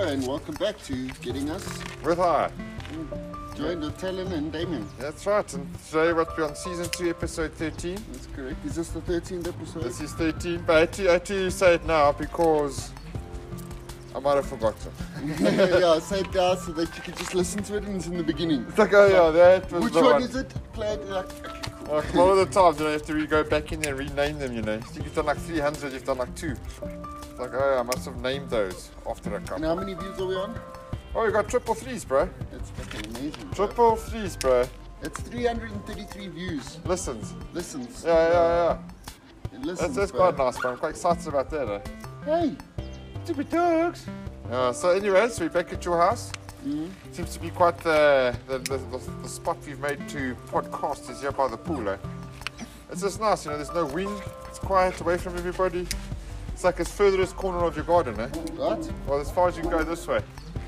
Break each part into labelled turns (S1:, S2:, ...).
S1: and welcome back to Getting Us.
S2: with I.
S1: Joined with Talon and Damien.
S2: That's right. And today what we're on season two, episode thirteen.
S1: That's correct. Is this the 13th episode?
S2: This is thirteen, but I tell- I tell you say it now because I might have forgotten.
S1: yeah, say it now so that you can just listen to it and it's in the beginning.
S2: It's like oh yeah, that was
S1: Which
S2: the
S1: one,
S2: one.
S1: is it? uh, Play it like. okay, cool.
S2: Like a lot of the times, you know, you have to re- go back in there and rename them, you know. So you've done like 300, you've done like two. It's like, oh, I must have named those after a
S1: And
S2: couple.
S1: how many views are we on?
S2: Oh, you got triple threes, bro.
S1: That's fucking amazing. bro.
S2: Triple threes, bro.
S1: That's 333 views.
S2: Listens.
S1: Listens.
S2: Yeah, yeah, yeah.
S1: It listens,
S2: That's, that's
S1: bro.
S2: quite nice, bro. I'm quite excited about that, eh?
S1: Hey, stupid dogs.
S2: Uh, so anyway, so we're back at your house. Seems to be quite the the, the, the the spot we've made to podcast is here by the pool. Eh? It's just nice, you know. There's no wind. It's quiet, away from everybody. It's like as furthest corner of your garden, eh?
S1: Right?
S2: Well, as far as you can go this way,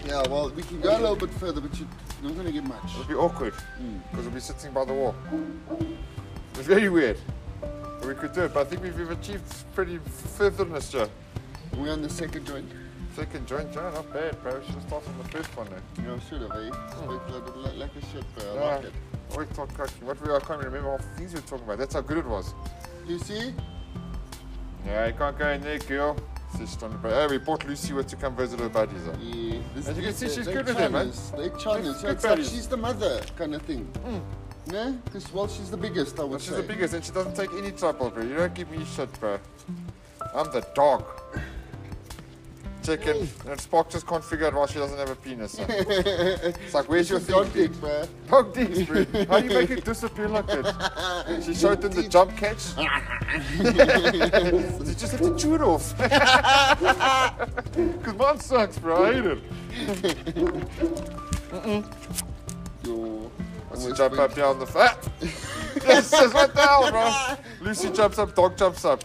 S1: Yeah, well, we can go a little bit further, but you're not going to get much.
S2: it'll be awkward
S1: Hmm.
S2: because we'll be sitting by the wall. It's very weird. But we could do it, but I think we've, we've achieved pretty furtherness, Joe.
S1: We're on the second joint.
S2: Second joint, Joe, not bad, bro. We should start on the first one, eh?
S1: Yeah, should have, eh? Spoke like, like, like a shit, bro. I
S2: Yeah.
S1: like it.
S2: What we talk, what we, I can't remember all the things we were talking about. That's how good it was.
S1: You see?
S2: Yeah, you can't go in there, girl. She's trying to break- Hey, we bought Lucy with to come visit her buddies. eh?
S1: Yeah. This,
S2: As you can see,
S1: they-
S2: she's
S1: they
S2: good with them, eh?
S1: Chinese. They Chinese. So
S2: good
S1: it's like
S2: buddies.
S1: she's the mother kind of thing. No? Because, well, she's the biggest, I would
S2: But she's
S1: say.
S2: the biggest and she doesn't take any trouble, bro. You don't give me shit, bro. I'm the dog. Chicken. And Spock just can't figure out why she doesn't have a penis. eh? it's like, where's your
S1: She's
S2: thing?
S1: dog
S2: dude?
S1: dick, bro.
S2: Dog dicks, bro. How do you make it disappear like that? She showed them the jump catch. you just have to chew it off. Because mine sucks, bro. I hate it.
S1: Yo.
S2: Once you
S1: Always
S2: jump
S1: been-
S2: up down the fat. this is what the hell, bro. Lucy jumps up, dog jumps up.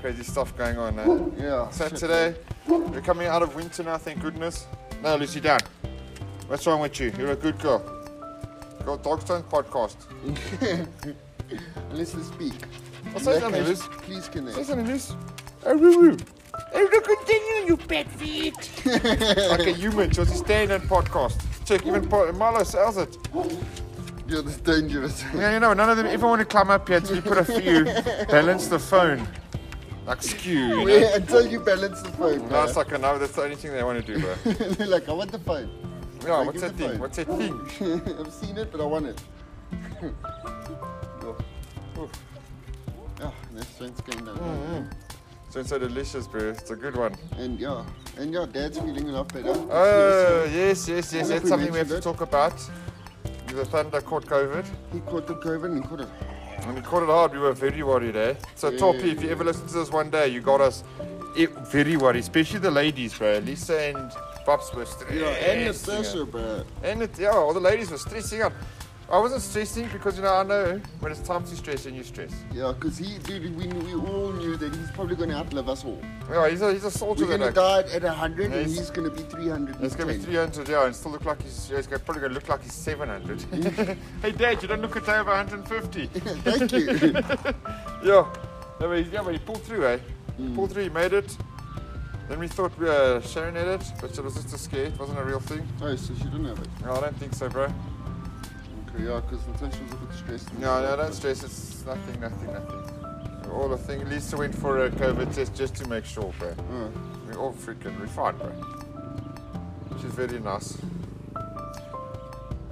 S2: Crazy stuff going on now.
S1: Yeah. shit.
S2: Saturday, we're coming out of winter now, thank goodness. No, Lucy, down. What's wrong with you? You're a good girl. Girl, dogs don't podcast.
S1: Unless they speak.
S2: What's
S1: In
S2: that
S1: that
S2: on
S1: case,
S2: this?
S1: Please connect.
S2: Listen to this. Oh, woo woo. Oh, look at you, you bad feet. like a human, just staying in podcast. Check, even po- Marlo sells it.
S1: Yeah, that's dangerous.
S2: Yeah, you know, none of them ever want to climb up here until you put a few, balance the phone. Like skew, you know.
S1: Yeah, until you balance the phone,
S2: No,
S1: bro.
S2: it's like a no, that's the only thing they want to do, bro.
S1: They're like, I want the phone.
S2: Yeah,
S1: Like,
S2: what's
S1: give
S2: that
S1: the
S2: thing?
S1: phone.
S2: What's that thing?
S1: I've seen it, but I want it. Yo.
S2: Oof.
S1: Ah, that strength's going
S2: Mm.
S1: down.
S2: So, so delicious, bro. It's a good one.
S1: And yeah, and yeah, dad's feeling a lot better.
S2: Oh, yes, yes, yes.
S1: I think
S2: That's
S1: we
S2: something we have
S1: mentioned
S2: to
S1: it.
S2: talk about. The Thunder caught COVID.
S1: He caught the COVID and he caught it.
S2: When we caught it hard, we were very worried, eh? So, Torpy, if you ever listen to this one day, you got us eh, very worried, especially the ladies, bro. Lisa and Pops were stressed.
S1: Yeah, and the
S2: you know.
S1: pressure, bro.
S2: And it, yeah, all the ladies were stressing out. I wasn't stressing because you know I know when it's time to stress and you stress.
S1: Yeah, because he, dude, we, we all knew that he's probably going to outlive us all.
S2: Yeah, he's a he's a soldier
S1: We're going
S2: that
S1: to
S2: like,
S1: die at 100 and
S2: Yes.
S1: he's going to be 300.
S2: He's gonna be 300, yeah, and still look like he's, yeah, he's gonna, probably gonna look like he's 700. hey Dad, you don't look a day over 150.
S1: Thank you.
S2: yeah, no, but he's, yeah, but he pulled through, eh? He pulled through, he made it. Then we thought we uh, Sharon had it, but it was just a scare. It wasn't a real thing.
S1: oh, so she didn't have it.
S2: No, I don't think so, bro.
S1: Okay, yeah, because Natasha was a bit stressed.
S2: No, no, don't stress. It's nothing, nothing, nothing. All a thing. Lisa went for a COVID test just to make sure, bro.
S1: Uh,
S2: We're all freaking refined, bro. Which is very nice.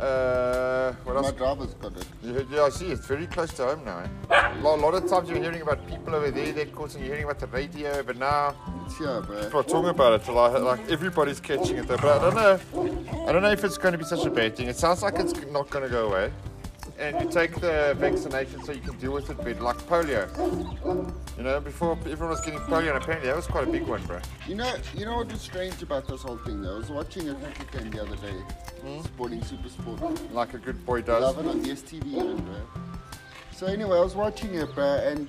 S2: Uh, what
S1: my
S2: else?
S1: driver's got it.
S2: You heard, yeah, I see. It's very close to home now. Eh? A lot, lot of times you're hearing about people over there that cause, and you're hearing about the radio, but now
S1: It's here, bro.
S2: people are talking about it. so Like, like everybody's catching it, though. But I don't know. I don't know if it's going to be such a bad thing. It sounds like it's not going to go away. And you take the vaccination so you can deal with it better, like polio. You know, before everyone was getting polio, and apparently that was quite a big one, bro.
S1: You know, you know what was strange about this whole thing? Though? I was watching a cricket game the other day,
S2: Hmm?
S1: Sporting Super Sport.
S2: Like a good boy does.
S1: Love it on the STV, even, bro. So anyway, I was watching it, bro, and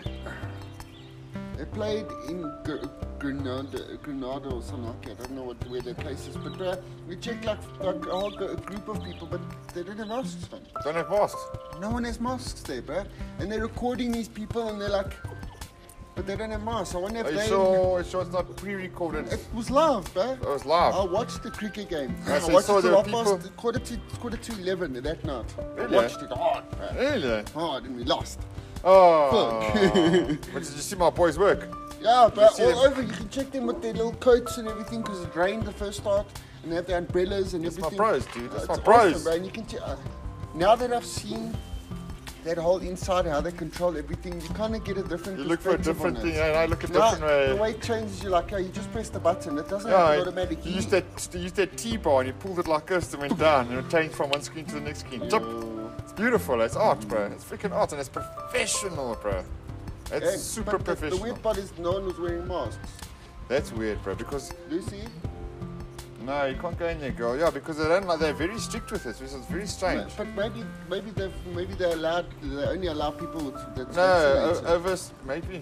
S1: they played in Gr- Grenada, Grenada or something like that. I don't know what where their place is, but bro, we checked like like a whole gr- group of people, but they didn't have masks on.
S2: Don't have masks.
S1: No one has masks there, bro. And they're recording these people, and they're like, But they don't have masks. I wonder if
S2: Are Oh, you
S1: they.
S2: sure? Are you sure it's not pre-recorded?
S1: It was live, bro.
S2: It was live.
S1: I watched the cricket game.
S2: I see,
S1: watched
S2: so
S1: it
S2: there
S1: till
S2: were
S1: half past
S2: people-
S1: quarter to quarter to eleven that night.
S2: Really?
S1: Watched it hard, bro.
S2: Really?
S1: Hard, and we lost.
S2: Oh. but did you see my boys work?
S1: Yeah, but
S2: see
S1: all
S2: them-
S1: over you can check them with their little coats and everything because it rained the first start and they have their umbrellas and
S2: That's my
S1: everything. Uh,
S2: bros, dude. That's
S1: it's
S2: my bros.
S1: Awesome, bro. And you can check. Uh, now that I've seen that whole inside how they control everything, you kind of get a different.
S2: You look for a
S1: perspective
S2: different
S1: on
S2: thing,
S1: it.
S2: and I look a
S1: Now,
S2: different way.
S1: the way it changes, you're like, oh, you just press the button. It doesn't
S2: Yeah,
S1: have
S2: you-
S1: an automatic.
S2: you
S1: key.
S2: used that you used that T bar and you pulled it like this and went down and it changed from one screen to the next screen. Tip. It's beautiful. It's art, bro. It's freaking art and it's professional, bro. It's
S1: Yeah,
S2: super
S1: but the-
S2: professional.
S1: The weird part is no one was wearing masks.
S2: That's weird, bro. Because
S1: Lucy,
S2: no, you can't go in there, girl. Yeah, because they don't like. They're very strict with this, which is very strange.
S1: but maybe maybe they maybe they allowed they only allow people with that's
S2: No, uh,
S1: vaccinated.
S2: o- over s- maybe,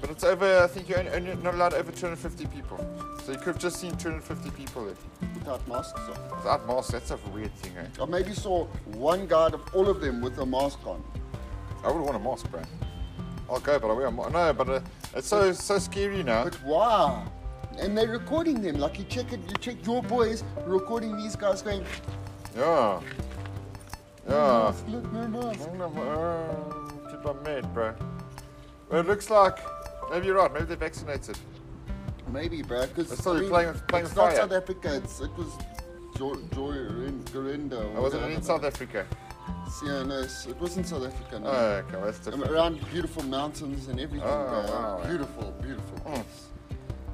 S2: but it's over. I think you're only, only not allowed over 250 people. So you could have just seen 250 people there.
S1: without masks on.
S2: Without masks, that's a weird thing, eh?
S1: I maybe saw one guy of all of them with a mask on.
S2: I would want a mask, bro. I'll go, but I wear a mask. No, but uh, it's so so scary now.
S1: But wow. And they're recording them. Like you check it, you check your boys recording these guys going,
S2: yeah, yeah.
S1: "Mask, look, no mask.
S2: Uh, People are mad, bro. Well, it looks like maybe you're right. Maybe they're vaccinated.
S1: Maybe, bro, because
S2: But still, you're playing with- playing
S1: it's
S2: with
S1: not
S2: fire.
S1: South Africa. It's, it was Joy Gorinda.
S2: I wasn't in South Africa.
S1: Yeah, no, it's- it wasn't South Africa. No.
S2: Oh, okay, well, that's
S1: Um,
S2: different.
S1: around beautiful mountains and everything.
S2: Oh,
S1: bro.
S2: wow. Hmm.
S1: Beautiful, beautiful.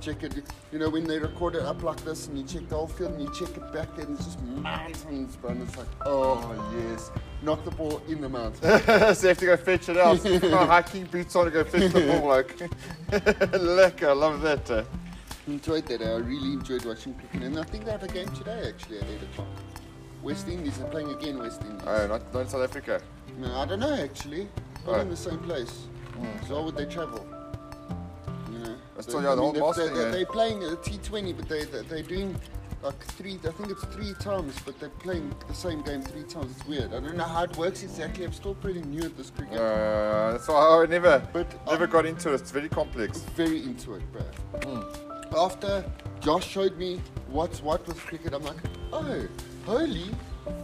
S1: Check it. You know when they record it up like this, and you check the whole field, and you check it back, and it's just mountains, bro. And it's like, oh yes, knock the ball in the mountain.
S2: so you have to go fetch it out. Oh, hiking boots on to go fetch the ball, like. Lekker, I love that. eh?
S1: enjoyed that. I really enjoyed watching cricket, and I think they have a game today actually at eight o'clock. West Indies are playing again. West Indies.
S2: Oh, not, not in South Africa.
S1: No, I don't know actually. Not
S2: Oh.
S1: in the same place. So how would they travel? You know,
S2: Hmm. That's
S1: they-
S2: still, yeah, the whole
S1: they-
S2: boss
S1: they,
S2: thing,
S1: they,
S2: eh?
S1: They're playing a T20, but they, they they're doing like three. I think it's three times, but they're playing the same game three times. It's weird. I don't know how it works exactly. I'm still pretty new at this cricket.
S2: Uh, so I never,
S1: But,
S2: never got into it. It's very complex.
S1: Very into it, bro. After Josh showed me what's what with cricket, I'm like, oh, holy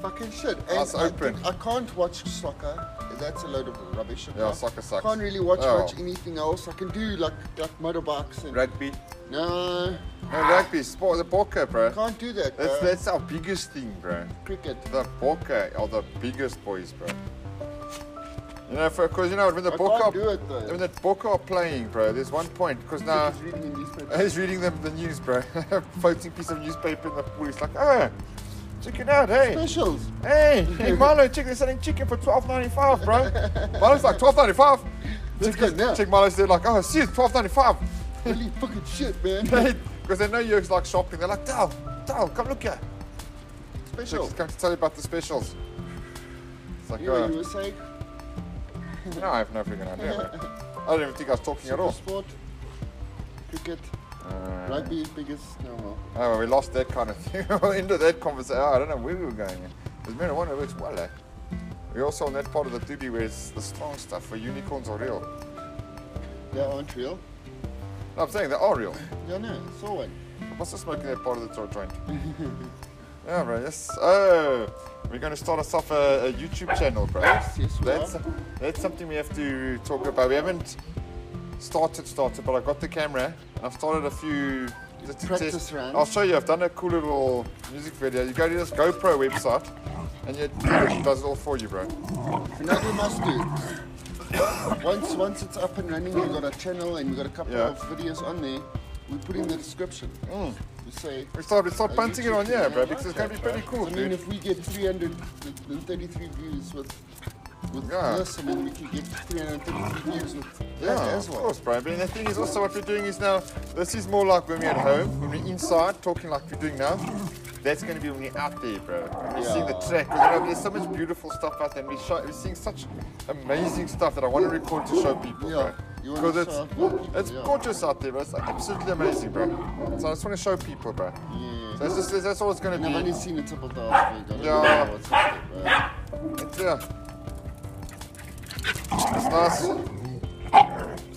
S1: fucking shit. And
S2: That's
S1: I
S2: open.
S1: think I can't watch soccer. That's a load of rubbish. okay?
S2: Yeah, soccer sucks.
S1: Can't really watch
S2: Oh.
S1: much anything else. I can do like like motorbikes and
S2: Rugby.
S1: no,
S2: No, rugby, sport, the bokker, bro.
S1: can't uh, do that.
S2: That's,
S1: bro.
S2: that's our biggest thing, bro.
S1: cricket.
S2: The bokker are the biggest boys, bro. You know, because you know when the
S1: I
S2: bokker,
S1: can't do it, though.
S2: when the bokker are playing, bro. There's one point because now.
S1: Just reading a newspaper.
S2: I was reading them the news, bro. Floating piece of newspaper in the pool. It's like, oh, check it out, hey.
S1: Specials.
S2: Hey, hey, Milo, check, they're selling chicken for twelve ninety five, bro. Milo's like, twelve ninety five.
S1: Let's go now.
S2: Check Milo's there, like, oh, see, it's twelve ninety five.
S1: Holy fucking shit, man.
S2: Because they know you're like shopping. They're like, Dal, Dal, come look here. Check,
S1: Specials.
S2: he's come to tell you about the specials. It's like,
S1: You know, you
S2: uh,
S1: were saying
S2: no, I have no freaking idea. man. I don't even think I was talking at
S1: super
S2: all.
S1: sport, cricket,
S2: Uh,
S1: rugby, biggest no more.
S2: Oh, well, we lost that kind of thing. we ended that conversation. Oh, I don't know where we were going. Because marijuana works well, eh? We're also on that part of the doobie where it's the strong stuff where unicorns are real.
S1: They aren't real.
S2: No, I'm saying they are real.
S1: Yeah, no, saw one.
S2: I must have smoking that part of the joint. yeah, bro, yes. Oh, we're going to start us off a, a YouTube channel, bro.
S1: Yes, yes, we
S2: that's,
S1: are.
S2: that's something we have to talk about. We haven't started, started, but I got the camera and I've started a few. just to
S1: Practice
S2: test.
S1: rounds.
S2: I'll show you. I've done a cool little music video. You go to this GoPro website and you- it does it all for you, bro.
S1: You know what we must do? once once it's up and running, we've got a channel and we've got a couple
S2: Yeah. Mm.
S1: of videos on there. We put in the description. We say.
S2: We start, we start
S1: a
S2: punting it
S1: Oh, YouTube
S2: on here,
S1: channel.
S2: bro, because it's going to be
S1: Okay,
S2: pretty
S1: bro.
S2: cool,
S1: I mean,
S2: dude.
S1: if we get 333 views with with
S2: Yeah.
S1: this, I mean, we can get 333 views with that
S2: Yeah,
S1: as
S2: of
S1: well.
S2: course, Brian. But the thing is also what we're doing is now, this is more like when we're at home, when we're inside, talking like we're doing now. That's going to be when we're out there, bro. When we're seeing the track. You know, there's so much beautiful stuff out there. And we show, we're seeing such amazing stuff that I want to record to show people,
S1: Yeah, you
S2: bro.
S1: wanna
S2: Because
S1: show
S2: it's,
S1: off more people,
S2: it's
S1: yeah.
S2: gorgeous out there, bro. It's absolutely amazing, bro. So I just want to show people, bro.
S1: Yeah.
S2: So that's, just, that's all it's going
S1: And
S2: to
S1: I've
S2: be.
S1: only seen the tip of the iceberg. I don't
S2: Yeah.
S1: know what's up there, bro.
S2: It's, yeah. It's nice.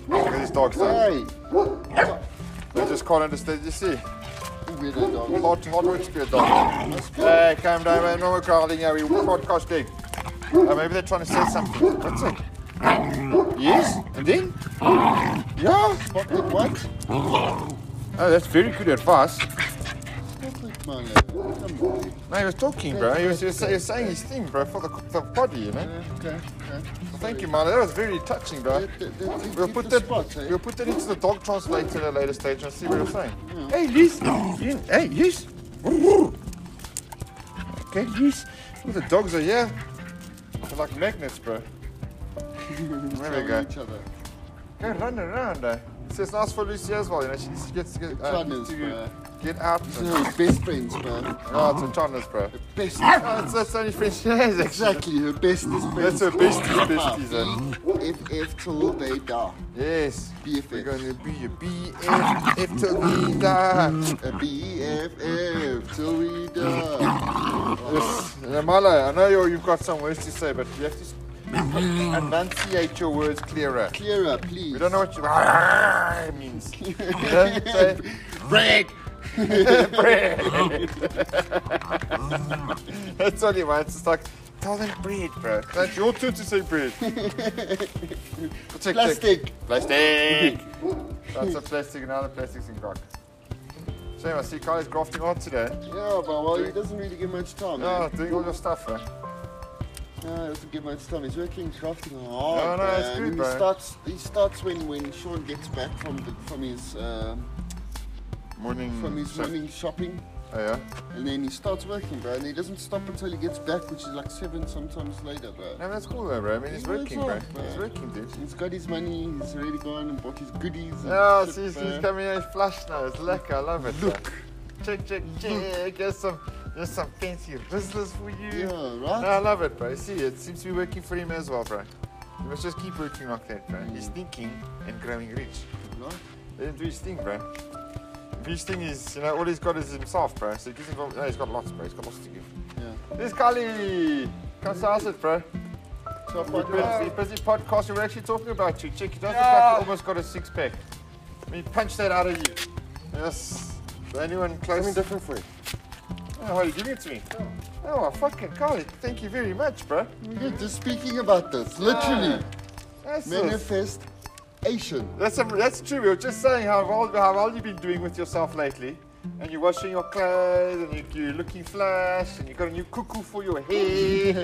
S2: Look at these dogs. though.
S1: Hey,
S2: They just can't understand. You see,
S1: weirdo dog.
S2: hard, hard work to be a dog. Hey, calm down, man. Normal growling here. We're podcasting. Oh, maybe they're trying to say something. What's it? Yes, and then? Yeah.
S1: What? What?
S2: Oh, that's very good advice.
S1: Stop it, man. Come on.
S2: No, he was talking, bro. He was, he was, he was saying his thing, bro, for the, the body, you know?
S1: Okay, okay.
S2: Thank you, Marla. That was very touching, bro.
S1: That- that- that-
S2: We'll
S1: hit
S2: put
S1: the
S2: that.
S1: spot, eh?
S2: We'll put that into the dog translator at a later stage and see what you're saying. Hey, Liz. You- hey, Liz. Okay, Liz. All the dogs are here. They're like magnets, bro. There we
S1: Telling
S2: go.
S1: Each other.
S2: Go run around. Eh? So it's nice for Lucy as well. You know, she needs to get to get, uh,
S1: Fun is,
S2: to
S1: bro.
S2: get out.
S1: These are her best friends, man.
S2: Oh, it's a channels, bro.
S1: Her best.
S2: Oh, that's, that's the only friend she has, actually.
S1: Exactly, her bestest friends.
S2: That's her besties, besties. Eh?
S1: BFF till they die.
S2: Yes.
S1: BFF.
S2: We're gonna be a BF if till we die.
S1: A BFF till we die.
S2: Yes. Namala, I know you're, you've got some words to say, but you have to s- enunciate your words clearer.
S1: Clara, please.
S2: We don't know what you means. You know, so-
S1: Break!
S2: bread. That's all he wants. It's like, tell them bread, bro. That's your turn to say bread. Check,
S1: Plastic.
S2: Check. Plastic. Lots of plastic and other plastics in cock. Shame, I see Kylie's grafting hard today.
S1: Yeah, but well, he doesn't really give much time.
S2: Oh,
S1: man.
S2: doing all your stuff, bro.
S1: No, he doesn't give much time. He's working drafting hard.
S2: No, no, it's
S1: man.
S2: good,
S1: he
S2: bro.
S1: Starts, he starts when, when Sean gets back from the, from his um,
S2: Morning.
S1: from his
S2: shift.
S1: morning shopping,
S2: Oh, yeah.
S1: and then he starts working, bro. And he doesn't stop until he gets back, which is like seven sometimes later, bro.
S2: No, that's cool, though, bro. I mean, he's
S1: He works
S2: working, bro.
S1: hard, bro.
S2: He's working, dude.
S1: He's got his money. He's already gone and bought his goodies. and
S2: Oh,
S1: shit,
S2: see, he's,
S1: bro.
S2: he's coming in flush now. It's lekker. I love it. Look. Check, check, check. There's some, there's some fancy business for you.
S1: Yeah,
S2: No,
S1: right.
S2: I love it, bro. See, it seems to be working for him as well, bro. You must just keep working like that, bro. He's thinking and growing rich.
S1: Right?
S2: Let him do his thing, bro. If his thing is, you know, all he's got is himself, bro. So he gives him, no, he's got lots, bro. He's got lots to give.
S1: Yeah.
S2: This Kali! Come to us, bro.
S1: So
S2: We're
S1: far,
S2: busy, busy podcast. We We're actually talking about you. Check, you don't look like
S3: Yeah.
S2: you almost got a six pack. We punch that out of you. Yes. Anyone close?
S1: something different for you.
S2: Oh, well, you giving it to me? Oh, well, fucking Kali. Thank you very much, bro.
S1: We're just speaking about this, literally.
S2: That's us.
S1: Manifestation.
S2: That's, a, that's true. We were just saying how well, how well you've been doing with yourself lately. And you're washing your clothes, and you, you're looking flash, and you got a new cuckoo for your hair.
S3: No,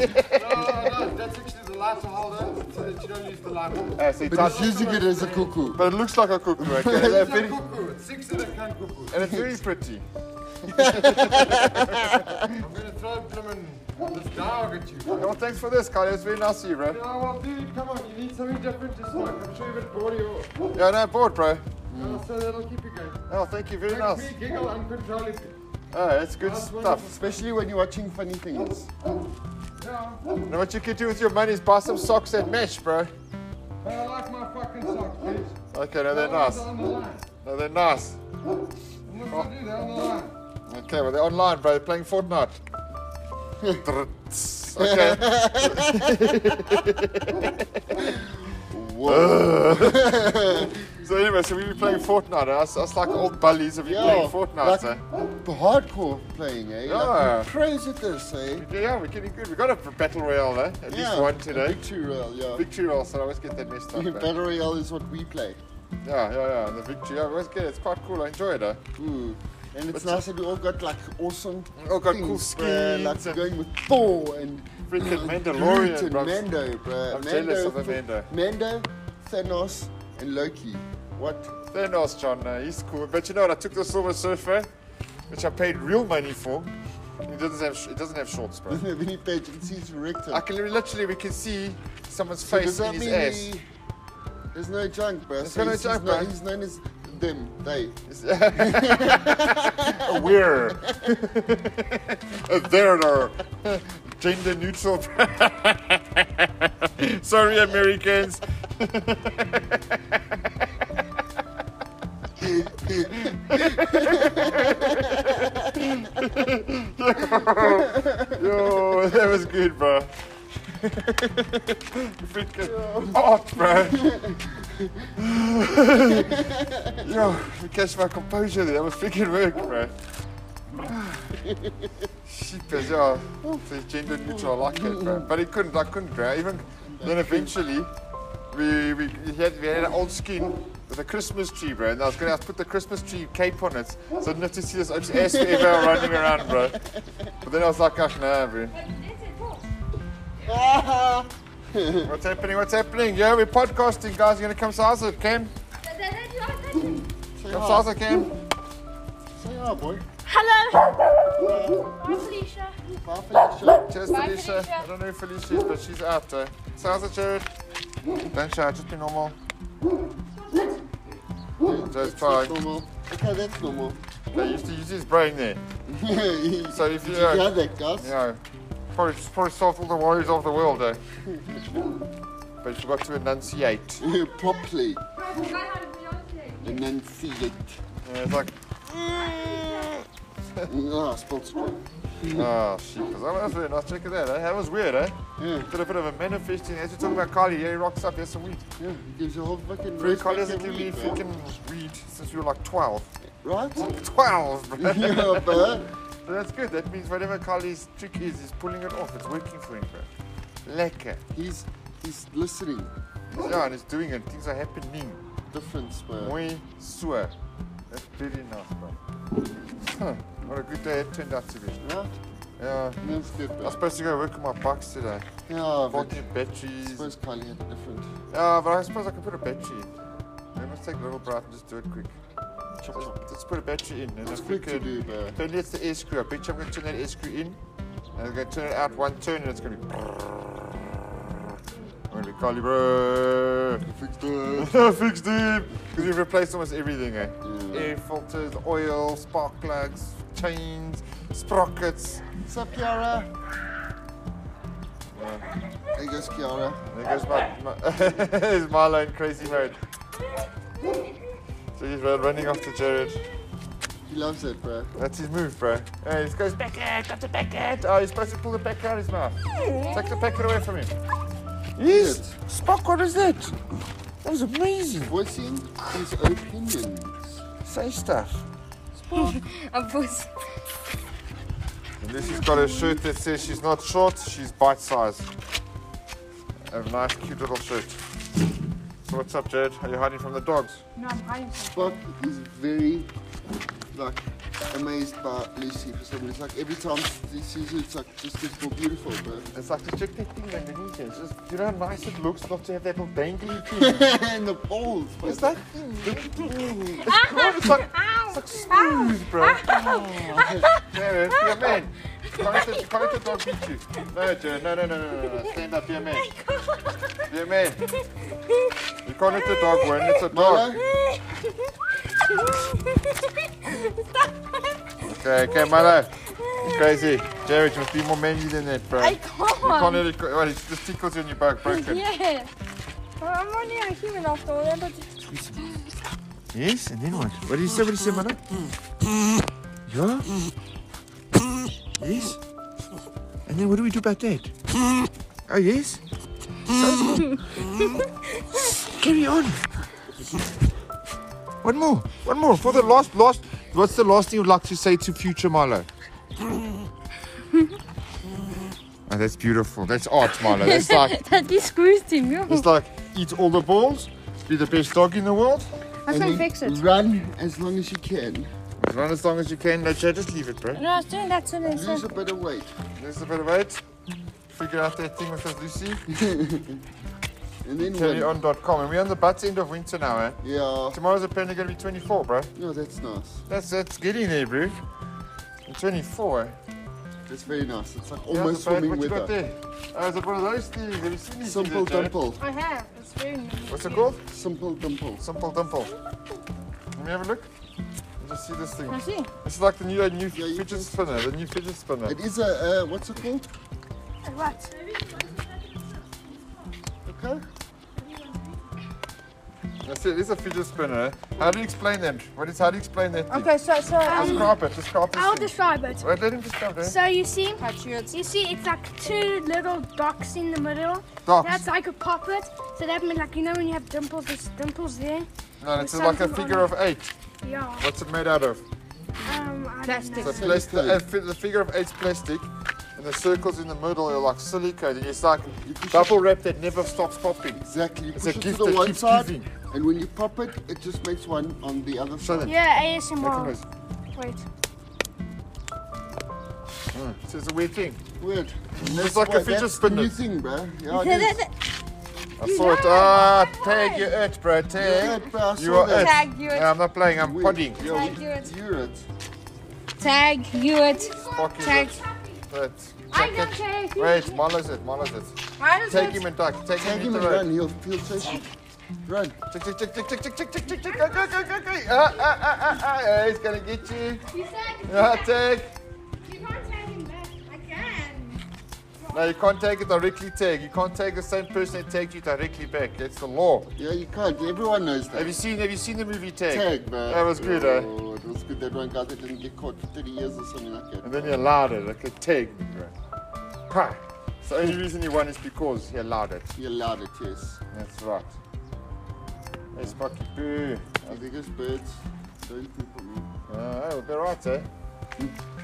S3: no, that's actually the lighter holder, so that you don't use the lighter.
S2: Uh, so it
S1: But
S2: does-
S1: he's using it as a cuckoo.
S2: but it looks like a cuckoo, okay? It's
S3: It's a
S2: very-
S3: cuckoo. It's six in a can cuckoo.
S2: and it's very pretty.
S3: I'm gonna throw Blimmin this dog at you.
S2: Well, thanks for this, Kali. It's very nice of you, bro.
S3: Yeah, well, dude, come on, you need something different to smoke. I'm sure you've been bored of your.
S2: Yeah, no, bored, bro.
S3: Yeah, so that'll keep you going.
S2: Oh, thank you very
S3: Makes
S2: much.
S3: me giggle uncontrollably.
S2: Oh, that's good
S3: That's
S2: stuff.
S3: wonderful.
S1: Especially when you're watching funny things.
S3: Yeah,
S2: Now, what you can do with your money is buy some socks that match, bro.
S3: but I like my fucking socks, bitch.
S2: Okay, now they're
S3: Those
S2: nice.
S3: are On the line.
S2: Now they're nice.
S3: I'm not gonna do that on the line.
S2: Okay, well, they're online, bro. They're playing Fortnite. okay.
S1: Whoa.
S2: So, anyway, so we've been playing Fortnite. eh? Us, us like old bullies have been
S1: Yeah,
S2: playing
S1: like-
S2: Fortnite, eh?
S1: Hardcore playing, eh?
S2: Yeah.
S1: Like, we're pros at this, eh?
S2: Yeah, we're getting good. We got a battle royale, eh? At least one today.
S1: Victory Royale, yeah.
S2: Victory royale, so I always get that messed up. eh?
S1: Battle Royale is what we play.
S2: Yeah, yeah, yeah. And the victory, I always get it. It's quite cool. I enjoy it, eh?
S1: Ooh. Mm. And it's nice that we all got like awesome.
S2: We all got cool
S1: things, bruh,
S2: skins
S1: Like
S2: and-
S1: going with Thor and
S2: Freaking
S1: Groot
S2: Mandalorian,
S1: and
S2: bro.
S1: Mando, bruh.
S2: I'm jealous of
S1: Th-
S2: Amanda.
S1: Mando, Thanos, and Loki. What?
S2: Thanos, John, uh, he's cool. But you know what? I took the Silver Surfer, which I paid real money for. He doesn't have, sh- he doesn't have shorts, bro.
S1: doesn't have any vacancies for rectum.
S2: I can literally, we can see someone's
S1: So
S2: face in his ass.
S1: he- there's no junk, bro?
S2: got no
S1: he's,
S2: junk,
S1: he's, not-
S2: bruh.
S1: he's known as them, they.
S2: We're there, there. Gender neutral. bro. Sorry, Americans. Yo, that was good, bro. Freaking art, bro. Yo, I catch my composure there. That was freaking work, bro. Sheepers, yeah. So gender neutral, I like it, bro. But he couldn't, I couldn't, bro. Even then, eventually, we we he had we had an old skin with a Christmas tree, bro. And I was gonna have to put the Christmas tree cape on it, so I didn't have to see this ass forever running around, bro. But then I was like, gosh, nah, bro. What's happening? What's happening? Yeah, we're podcasting, guys. You're gonna come size it, Cam.
S1: Say
S4: Oh.
S2: Come
S1: hi.
S2: size it, Cam.
S1: Say hi, boy.
S4: Hello. Hi, Felicia.
S1: Bye, Felicia.
S2: Cheers,
S4: Bye,
S2: Felicia.
S4: Felicia.
S2: I don't know who Felicia is, but she's out there. Sounds like Jared. Don't shout, just be normal. Just
S1: That's
S2: fine.
S1: normal. Okay, that's normal.
S2: They used to use his brain there.
S1: so
S2: So if you,
S1: Did you hear
S2: uh,
S1: that, guys?
S2: you know, probably, probably solved all the worries of the world, eh? But you forgot to enunciate.
S1: Properly enunciate.
S2: Yeah, it's like,
S1: Ah, spelled strong.
S2: oh, shit. That was very nice. Check it out, eh? That was weird, eh?
S1: Yeah,
S2: Did a bit of a manifesting. As you talk about Kylie, yeah, he rocks up. Yes, a week.
S1: yeah. Gives you a whole fucking
S2: Bro,
S1: respect
S2: Kylie hasn't
S1: every
S2: given me
S1: week, bro.
S2: freaking weed since you were like 12.
S1: Right?
S2: 12, bro.
S1: yeah, bro.
S2: So that's good. That means whatever Kylie's trick is, he's pulling it off. It's working for him, bro. Lekker.
S1: He's he's listening.
S2: Yeah, and he's doing it. Things are happening.
S1: Difference, bro.
S2: Muy sure. That's pretty nice, bro. Huh. What a good day it turned out to be.
S1: Right?
S2: Yeah.
S1: That's good,
S2: I was
S1: bro.
S2: supposed to go work on my bikes today.
S1: Yeah, but
S2: Bought new
S1: I
S2: batteries.
S1: suppose Kylie had a different.
S2: Yeah, but I suppose I can put a battery in. I must take a little breath and just do it quick.
S1: Chop,
S2: Let's,
S1: chop.
S2: let's put a battery in. And
S1: It's
S2: if we
S1: quick to
S2: can-
S1: do, bro.
S2: Then it's the air screw. I bet you I'm going to turn that air screw in. And I'm going to turn it out one turn and it's going to be. I'm going to be Carly, bro.
S1: Fixed it.
S2: Fixed it. Because we've replaced almost everything, eh?
S1: Yeah.
S2: Air filters, oil, spark plugs, chains, sprockets.
S1: What's up, Kiara?
S2: Yeah.
S1: There goes Kiara.
S2: There goes my, my, it's Marlo in crazy mode. So he's run- running off to Jared.
S1: He loves it, bro.
S2: That's his move, bro. Hey, he goes back out, got the back out. Oh, he's supposed to pull the back out of his mouth. Take the packet away from him.
S1: Yes.
S2: Spock, what is that? That was amazing.
S1: Voicing his opinions.
S2: Say stuff.
S4: A voice.
S2: Unless he's got a shirt that says she's not short, she's bite sized. A nice, cute little shirt. So, what's up, Jared? Are you hiding from the dogs?
S4: No, I'm hiding.
S1: Spock is very like amazed by Lucy for some reason. Like every time he sees her, it's like just gets more beautiful, bro.
S2: It's like, just check that thing underneath here. It's just, you know how nice it looks not to have that little dangly thing.
S1: and the balls, bro.
S2: It's that thing. It's like, it's like smooth, bro. Jared, you're a man. You can't let the- you can't let the dog beat you. No, Jared, no, no, no, no, no, no. Stand up, be a man. Be a man. You can't let the dog win. It's a dog.
S1: Milo,
S2: Okay, okay, Milo. You're crazy. Jared, you must be more manly than that, bro.
S4: I
S2: You can't
S4: can't.
S2: let it go. Well, it just tickles you in your back, broken.
S4: Yeah. Well, I'm only a human after all. But
S2: Yes, and then what? What did you say? What did you say, Milo? Yeah? Yes? And then what do we do about that? Oh, yes? Carry on. One more. One more. For the last, last. What's the last thing you'd like to say to future Milo? Oh, that's beautiful. That's art, Milo. That's like,
S4: that is gruesome.
S2: it's like eat all the balls, be the best dog in the world.
S4: I
S1: and
S4: can
S1: then
S4: fix it.
S1: Run as long as you can.
S2: Run as long as you can, no Jay, just leave it, bro.
S4: No, I was doing that to
S1: Lose
S4: myself.
S1: a bit of weight.
S2: There's a bit of weight. Figure out that thing with us, Lucy.
S1: And then win.
S2: CarryOn.com. And we're on the butt end of winter now, eh?
S1: Yeah.
S2: Tomorrow's apparently going to be 24, bro.
S1: No, that's nice.
S2: That's that's getting there, bro. And 24, eh?
S1: That's very nice. It's like
S2: Yeah,
S1: almost
S2: so, Brad,
S1: swimming
S2: What you got
S1: weather.
S2: there? Oh, is it one of those things? Have you seen these
S1: Simple
S2: things, eh, Jay?
S1: dimple.
S4: I have. It's very
S2: What's it called?
S1: Simple dimple.
S2: Simple dimple. Let me have a look. Let me see this thing.
S4: I see.
S2: This is like the new, new
S1: Yeah, you
S2: fidget
S1: can-
S2: spinner. The new fidget spinner.
S1: It is a, uh, what's it called?
S4: What?
S1: Okay.
S2: That's it. It's a fidget spinner. How do you explain that? What is? How do you explain that? Thing?
S4: Okay, so so um,
S2: Describe it. Describe this
S5: I'll
S2: thing.
S5: describe it.
S2: Wait, let him describe it.
S5: So you see,
S4: Patriots.
S5: you see, it's like two little dots in the middle.
S2: Dots.
S5: That's like a poppet. So that means like you know when you have dimples, there's dimples there.
S2: No, it's
S5: With
S2: like a
S5: something
S2: figure
S5: on
S2: of eight.
S5: Yeah.
S2: What's it made out of?
S5: Um, I
S4: Plastic.
S2: So
S5: Don't know.
S2: plastic,
S1: Silicone.
S2: uh, fi- the figure of eight's plastic, and the circles in the middle are like silicone. And it's like
S1: You push
S2: bubble wrap that never stops popping.
S1: Exactly. You
S2: It's
S1: push
S2: a
S1: it
S2: gift
S1: to the
S2: that
S1: one
S2: keeps
S1: side,
S2: giving.
S1: and when you pop it, it just makes one on the other
S2: Show
S1: side.
S2: them.
S5: Yeah,
S2: Make a
S5: ASMR.
S2: noise.
S5: Wait.
S2: So it's a weird thing.
S1: Weird.
S2: It's like a
S1: Well, that's
S2: fidget
S1: the
S2: spinner.
S1: new thing, bro. Yeah, it is.
S2: I
S5: You
S2: saw it.
S5: know,
S2: Ah,
S5: I
S2: tag,
S5: know.
S2: you it, bro. Tag.
S1: You're it, bro, I
S2: You
S1: saw
S2: are
S1: that.
S2: it.
S4: Tag, you're it.
S2: No, I'm not playing. I'm
S1: Weird.
S2: podding.
S1: Yeah,
S4: Tag,
S1: we-
S4: you're it.
S1: You're it.
S4: Tag, you it.
S2: Fuck you,
S4: Tag.
S2: That.
S5: I don't care if you-
S2: Wait, Molo's it. Molo's it. Take him and duck. Take
S1: Tag
S2: him
S1: him
S2: in the
S1: and
S2: road.
S1: run. He'll feel session. Run.
S2: Tick, tick, tick, tick, tick, tick, tick, tick, tick, tick. Go, go, go, go, go. Ah, ah, ah, ah, ah. Ah, He's gonna get you.
S5: You said
S2: Ah, tag.
S5: you can't tag him back. I can.
S2: No, you can't take it directly tag. You can't take the same person that tagged you directly back. That's the law.
S1: Yeah, you can't. Everyone knows that.
S2: Have you seen Have you seen the movie Tag?
S1: Tag, bro.
S2: That was good, eh?
S1: Oh, it was good. That one guy that didn't get caught for 30 years or something like that.
S2: And then he allowed it, like a tag, bro. Ha! So the only reason he won is because he allowed it.
S1: He allowed it, yes.
S2: That's right. Hey, Sparky, boo.
S1: The biggest birds don't poop on them.
S2: Uh, oh, they're right, eh?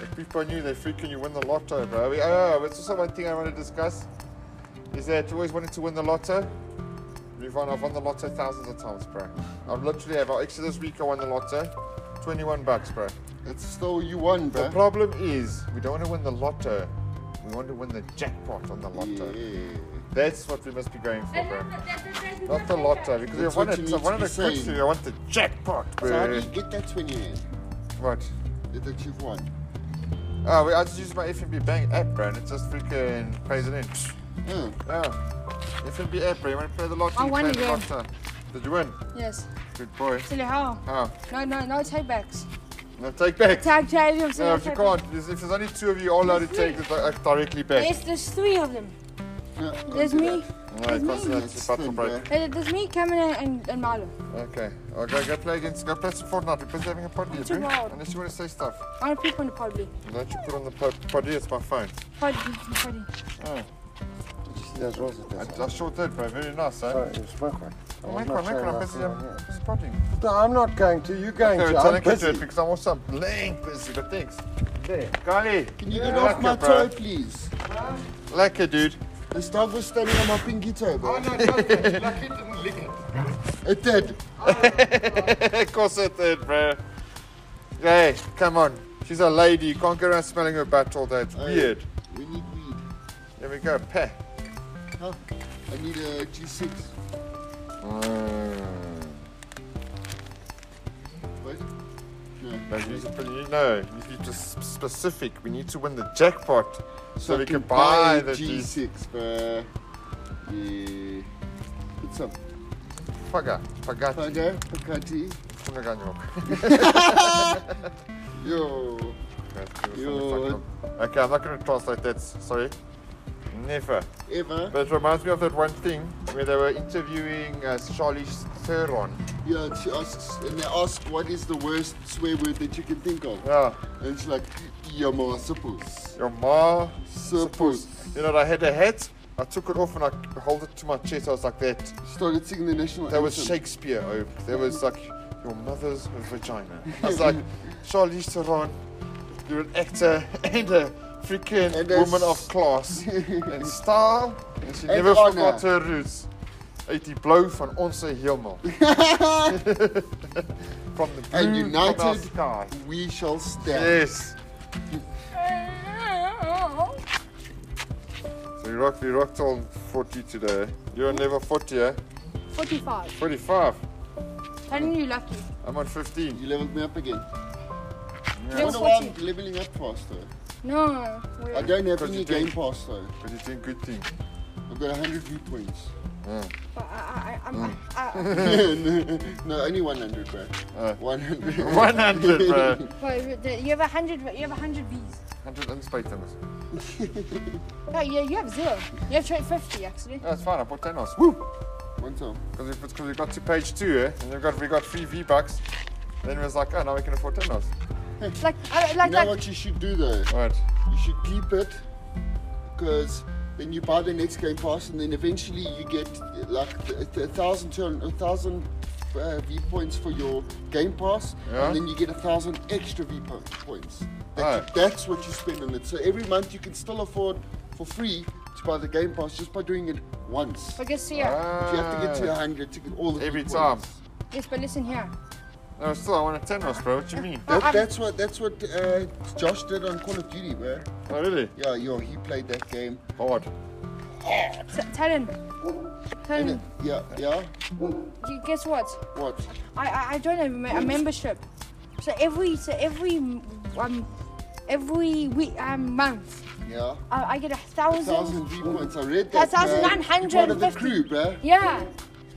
S2: If people knew they freaking you win the lotto, bro. We, oh, it's also one thing I want to discuss is that you always wanted to win the lotto. Revon, I've won the lotto thousands of times, bro. I've literally have. Actually, this week I won the lotto. 21 bucks, bro.
S1: It's still you won, bro.
S2: The problem is, we don't want to win the lotto. We want to win the jackpot on the lotto.
S1: Yeah.
S2: That's what we must be going for, bro. Not
S5: Not
S2: the lotto, because
S1: That's
S2: we want
S1: what you
S2: it.
S1: need
S2: I
S1: to
S2: wanted
S1: be
S2: a good
S1: saying.
S2: thing. I want the jackpot,
S1: So how do
S2: bro.
S1: you get that 20 rand
S2: What?
S1: that you've won?
S2: Oh, wait, I just use my FNB bank app, bro, and it just freaking pays it in.
S1: Oh,
S2: Oh, FNB app, bro. You want to play the lotto?
S4: I
S2: you
S4: won
S2: play
S4: again.
S2: The lotto. Did you win?
S4: Yes.
S2: Good boy.
S4: Silly how?
S2: Oh,
S4: No, no, no take backs.
S2: now take back.
S4: Tag, tag, I'm
S2: no, if you can't, if there's only two of you, all allowed to take it di- uh, directly back.
S4: There's, there's three of them.
S1: no, can't
S4: There's
S1: do
S4: me.
S2: No, you can't see that. It's a bottle
S1: Listen,
S2: break.
S4: there- There's me, Cameron, and, and Marlo.
S2: Okay. Oh, go, go play against. Go play some Fortnite. We're busy having a party,
S4: too
S2: bro.
S4: loud.
S2: Unless you want to say stuff.
S4: I want to poop on the pod blue.
S2: Don't you put on the po- party? It's my phone.
S4: Pod, pod.
S2: Oh,
S6: Did you see those rolls that
S2: I,
S6: they
S2: I sure did, bro. Very nice, eh? Oh,
S6: Sorry, it was my one. I was
S2: Make
S6: not
S2: one, make
S6: saying
S2: one. I'm
S6: that
S2: busy.
S6: thing on
S2: I'm
S6: here.
S2: spotting.
S6: No, I'm not going to. You're going
S2: Okay,
S6: to.
S2: tell
S6: I'm
S2: him to do
S6: busy.
S2: it because I'm also blank busy, but thanks.
S6: There.
S2: Golly.
S1: Can you get off my toe, please?
S2: Lekker, dude.
S1: This dog was standing on my pinky toe,
S3: Oh
S1: bro.
S3: no, don't touch it. Lucky it didn't lick it.
S1: It did.
S2: of course it did, bro. Hey, come on. She's a lady. You can't go around smelling her butt all day. It's
S1: Hey.
S2: weird.
S1: We need weed.
S2: There we go. Peh.
S1: Huh? I need a G6. Wait. No.
S2: No, you you know, if you're just specific, we need to win the jackpot so
S1: Fucking
S2: we can buy the
S1: buy
S2: G6.
S1: G6, bruh. Yeah. What's up?
S2: Paga. Pagati.
S1: Paga, Pagati.
S2: Pagati.
S1: Yo.
S2: Yo. Okay, I'm not going to translate that. Sorry. Never.
S1: Eva.
S2: But it reminds me of that one thing where they were interviewing uh, Charlie Theron.
S1: Yeah, she asks, and they ask, what is the worst swear word that you can think of?
S2: Yeah.
S1: And she's like, Yama suppose.
S2: Your ma.
S1: Suppose.
S2: You know, I had a hat. I took it off and I held it to my chest. I was like that.
S1: Started singing the national
S2: That was
S1: anthem.
S2: Shakespeare. Oh, that was like your mother's vagina. I was like, Charlie Theron, you're an actor and a freaking
S1: And a
S2: woman of
S1: s-
S2: class and style. And she
S1: And
S2: never
S1: honour.
S2: forgot her eh, roots. Eet die blauw van onze hemel. From the blue
S1: And
S2: of our
S1: united-
S2: sky.
S1: We shall stand.
S2: Yes. So we rocked, we rocked on 40 today. You're on level 40, eh?
S4: 45.
S2: 45.
S4: Telling you lucky.
S2: I'm on 15.
S1: You leveled me up again. I
S4: Level
S1: wonder why I'm
S4: 40.
S1: leveling up faster.
S4: No. we're-
S1: I don't have
S2: Because
S1: any
S2: you
S1: game
S2: didn't-
S1: pass though.
S2: But you're doing good thing.
S1: I've got 100 V points.
S4: I, I, I,
S1: Mm.
S4: I'm, I,
S1: no, only 100, bro.
S2: Uh.
S1: 100.
S2: 100, bro.
S4: I, wait, wait, you have a hundred. You have a hundred V's.
S2: 100 unspite numbers.
S4: No, yeah, you have zero. You have trade fifty actually.
S1: Oh.
S2: That's fine, I bought Thanos. Woo!
S1: One time.
S2: Because we, 'cause we got to page two, eh? And we got, we got three V-Bucks. Then it was like, oh, now we can afford Thanos.
S4: Like, I, like,
S1: You know
S4: like.
S1: what you should do though?
S2: Alright.
S1: You should keep it because then you buy the next game pass and then eventually you get uh, like a thousand, two hundred, a thousand uh, V points for your Game Pass,
S2: Yeah.
S1: and then you get a thousand extra V po- points. That's,
S2: Oh.
S1: that's what you spend on it. So every month you can still afford for free to buy the Game Pass just by doing it once.
S4: But just here.
S1: You have to get to 100 to get all the
S2: Ah. Every
S1: V
S2: time.
S1: points.
S4: Yes, but listen here.
S2: No, still, I want a 10 us, bro. What you mean?
S1: That, that's what that's what uh, Josh did on Call of Duty, bro.
S2: Oh, really?
S1: Yeah, yo, he played that game.
S2: Hard.
S4: T- tell him. Tell
S1: And it,
S4: him.
S1: yeah, yeah.
S4: You- Guess what?
S1: What?
S4: I I, I joined a, me- a membership. So every so every um every week um month
S1: Yeah.
S4: I, I get a thousand.
S1: Thousand V points. I read
S4: That's
S1: that. bruh.
S4: 1,950.
S1: You're Part of the crew, bro.
S4: Yeah.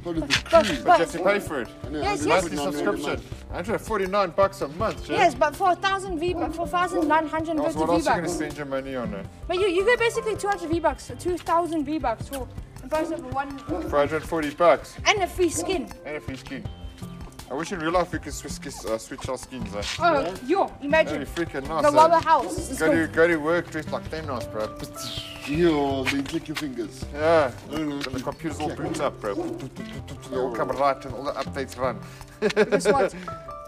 S1: Part of the
S4: But,
S1: crew.
S2: But you have
S4: but
S2: to pay for it.
S1: I know,
S4: Yes,
S1: I
S4: yes.
S2: Monthly
S1: didn't know
S2: subscription.
S1: that
S2: 149 bucks a month, Jim.
S4: yes, but for a thousand V for thousand nine hundred and
S2: What
S4: fifty
S2: else
S4: V
S2: are you going to
S4: bucks.
S2: spend your money on? uh,
S4: But you you get basically two hundred V bucks, two thousand V bucks for the price of one
S2: For 140 bucks.
S4: and a free skin.
S2: And a free skin. I wish in real life we could switch, uh, switch our skins, eh?
S4: Oh, yo,
S2: That'd
S4: imagine.
S2: be freaking
S4: The
S2: nice.
S4: Wawa
S2: eh?
S4: house. Let's
S2: Go to,
S4: go.
S2: go to work dressed like Thanos, bro.
S1: much. Yo, then click your fingers.
S2: Yeah.
S1: no,
S2: And the computer's all boot up, bro. They all come right and all the updates run.
S4: Guess what?